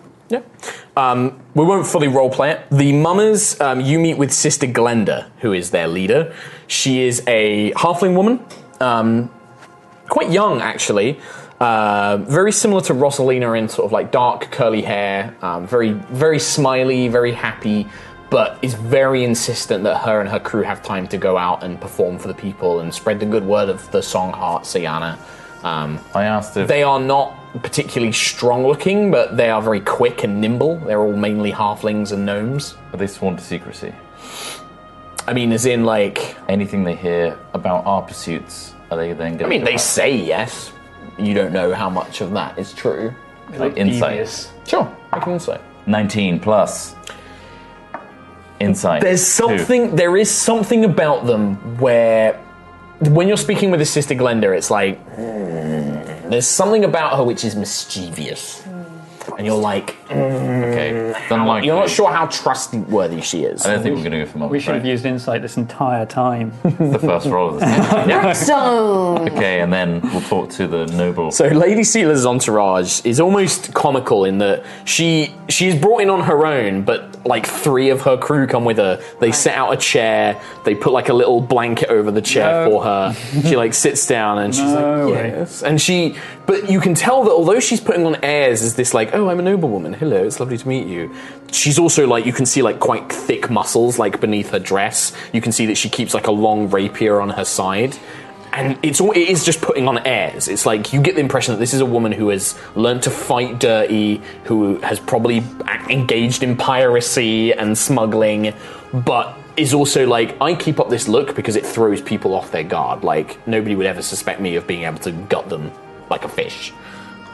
Speaker 7: Um, we won't fully roleplay it. The mummers, um, you meet with Sister Glenda, who is their leader. She is a halfling woman, um, quite young actually. Uh, very similar to Rosalina in sort of like dark curly hair, um, very very smiley, very happy, but is very insistent that her and her crew have time to go out and perform for the people and spread the good word of the song Heart Sayana. Um,
Speaker 12: I asked if
Speaker 7: they are not particularly strong looking, but they are very quick and nimble. They're all mainly halflings and gnomes.
Speaker 12: Are they sworn to secrecy?
Speaker 7: I mean, as in like
Speaker 12: anything they hear about our pursuits, are they then?
Speaker 7: I
Speaker 12: Going
Speaker 7: mean,
Speaker 12: to
Speaker 7: they
Speaker 12: hide?
Speaker 7: say yes. You don't know how much of that is true.
Speaker 12: like insight.
Speaker 7: Sure, I can insight.
Speaker 12: Nineteen plus. Insight.
Speaker 7: There's
Speaker 12: Two.
Speaker 7: something. There is something about them where, when you're speaking with his sister Glenda, it's like "Hmm." there's something about her which is mischievous, and you're like,
Speaker 12: Okay,
Speaker 7: "Hmm,
Speaker 12: don't
Speaker 7: how-
Speaker 12: like
Speaker 7: you're not
Speaker 12: you."
Speaker 7: sure how trustworthy she is.
Speaker 12: I don't think we're going to go for multiple.
Speaker 5: We should have used insight this entire
Speaker 12: [LAUGHS]
Speaker 5: time. the
Speaker 12: first roll of this.
Speaker 5: [LAUGHS]
Speaker 8: Stone.
Speaker 12: Okay, and then we'll talk to the noble.
Speaker 7: So Lady Sealer's entourage is almost comical in that she she's brought in on her own, but like three of her crew come with her. They set out a chair, they put like a little blanket over the chair
Speaker 10: No.
Speaker 7: for her. She like sits down and she's
Speaker 10: No
Speaker 7: like,
Speaker 10: way.
Speaker 7: yes. And she, but you can tell that although she's putting on airs as this like, oh, I'm a noblewoman. Hello, it's lovely to meet you. She's also like you can see like quite thick muscles like beneath her dress. You can see that she keeps like a long rapier on her side. And it's all, it is just putting on airs. It's like you get the impression that this is a woman who has learned to fight dirty, who has probably ac- engaged in piracy and smuggling, but is also like I keep up this look because it throws people off their guard. Like nobody would ever suspect me of being able to gut them like a fish,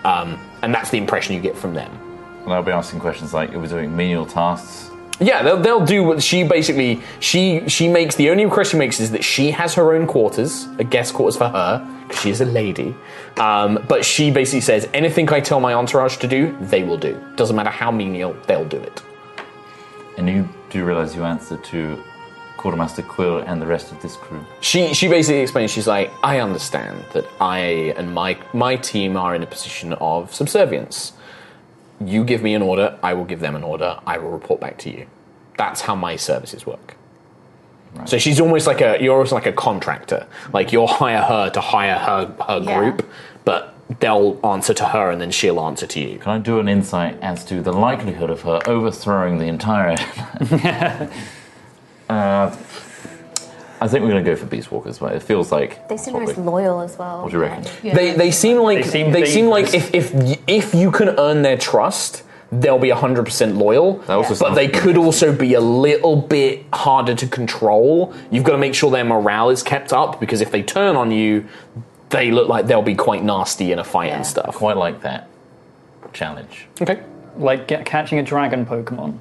Speaker 7: um, and that's the impression you get from them.
Speaker 12: And I'll be asking questions like, "Are we doing menial tasks?"
Speaker 7: Yeah, they'll, they'll do what she basically she she makes. The only request she makes is that she has her own quarters, a guest quarters for her because she is a lady. Um, but she basically says anything I tell my entourage to do, they will do. Doesn't matter how menial, they'll do it.
Speaker 12: And you do realize you answer to Quartermaster Quill and the rest of this crew.
Speaker 7: She she basically explains. She's like, I understand that I and my my team are in a position of subservience. You give me an order, I will give them an order. I will report back to you. That's how my services work. So she's almost like a you're almost like a contractor. Like you'll hire her to hire her her
Speaker 8: Yeah.
Speaker 7: group, but they'll answer to her and then she'll answer to you.
Speaker 12: Can I do an insight as to the likelihood of her overthrowing the entire? [LAUGHS] uh, I think we're going to go for Beast Walkers, but it feels like
Speaker 9: [LAUGHS] They seem nice loyal as well.
Speaker 12: What do you reckon?
Speaker 7: They they seem like they seem, like if if y- if you can earn their trust, they'll be hundred percent loyal. but
Speaker 12: sounds
Speaker 7: they could also be a little bit harder to control. You've got to make sure their morale is kept up because if they turn on you, they look like they'll be quite nasty in a fight and stuff.
Speaker 12: quite like that challenge.
Speaker 7: Okay.
Speaker 5: Like get, catching a dragon Pokemon.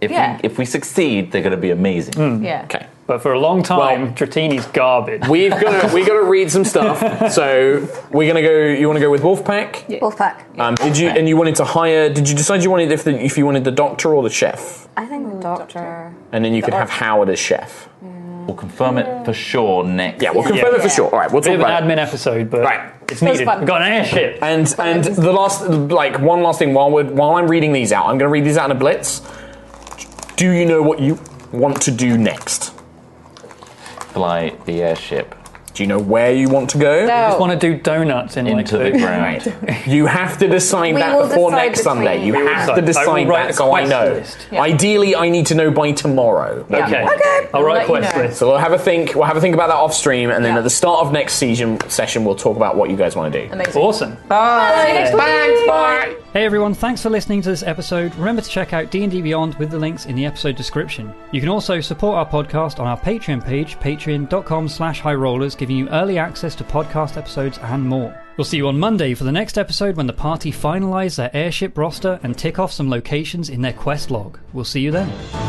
Speaker 12: If
Speaker 5: Yeah.
Speaker 12: we, if we succeed, they're going to be amazing.
Speaker 9: Mm.
Speaker 5: Yeah.
Speaker 7: Okay.
Speaker 5: But for a long time, Dratini's garbage.
Speaker 7: We've got to we got to read some stuff. So we're gonna go. You want to go with Wolfpack?
Speaker 9: Wolfpack.
Speaker 7: Um, did you and you wanted to hire? Did you decide you wanted if the, if you wanted the doctor or the chef?
Speaker 9: I think the doctor.
Speaker 7: And then you could have Howard as chef.
Speaker 12: We'll confirm it for sure next.
Speaker 7: Yeah, we'll confirm it for sure. All right, we'll
Speaker 5: Bit
Speaker 7: talk
Speaker 5: of
Speaker 7: about
Speaker 5: an admin episode, but it's
Speaker 7: It was
Speaker 5: needed.
Speaker 7: fun.
Speaker 5: We've got an airship.
Speaker 7: And and the last like one last thing while we're, while I'm reading these out, I'm going to read these out in a blitz. Do you know what you want to do next?
Speaker 12: Fly the airship.
Speaker 7: Do you know where you want to go?
Speaker 5: I just want to do donuts in
Speaker 12: Into
Speaker 5: like
Speaker 12: the
Speaker 7: [LAUGHS]
Speaker 12: ground.
Speaker 7: You have to decide
Speaker 5: We
Speaker 7: that
Speaker 5: will
Speaker 7: before
Speaker 5: decide
Speaker 7: next
Speaker 5: between-
Speaker 7: Sunday. You
Speaker 5: We will
Speaker 7: have to
Speaker 5: decide. I will
Speaker 7: decide
Speaker 5: write a
Speaker 7: that so I
Speaker 5: quest
Speaker 7: know.
Speaker 5: list.
Speaker 7: Ideally, I need to know by tomorrow. what
Speaker 5: Yeah.
Speaker 7: you want.
Speaker 5: Okay, I'll I'll write let quest you know. list.
Speaker 7: So we'll have a think. We'll have a think about that off stream, and then at the start of next season session, we'll talk about what you guys want to do.
Speaker 5: Amazing. Awesome.
Speaker 7: Bye. Thanks. Bye.
Speaker 5: Hey everyone, thanks for listening to this episode. Remember to check out D&D Beyond with the links in the episode description. You can also support our podcast on our Patreon page, patreon.com slash highrollers, giving you early access to podcast episodes and more. We'll see you on Monday for the next episode when the party finalise their airship roster and tick off some locations in their quest log. We'll see you then.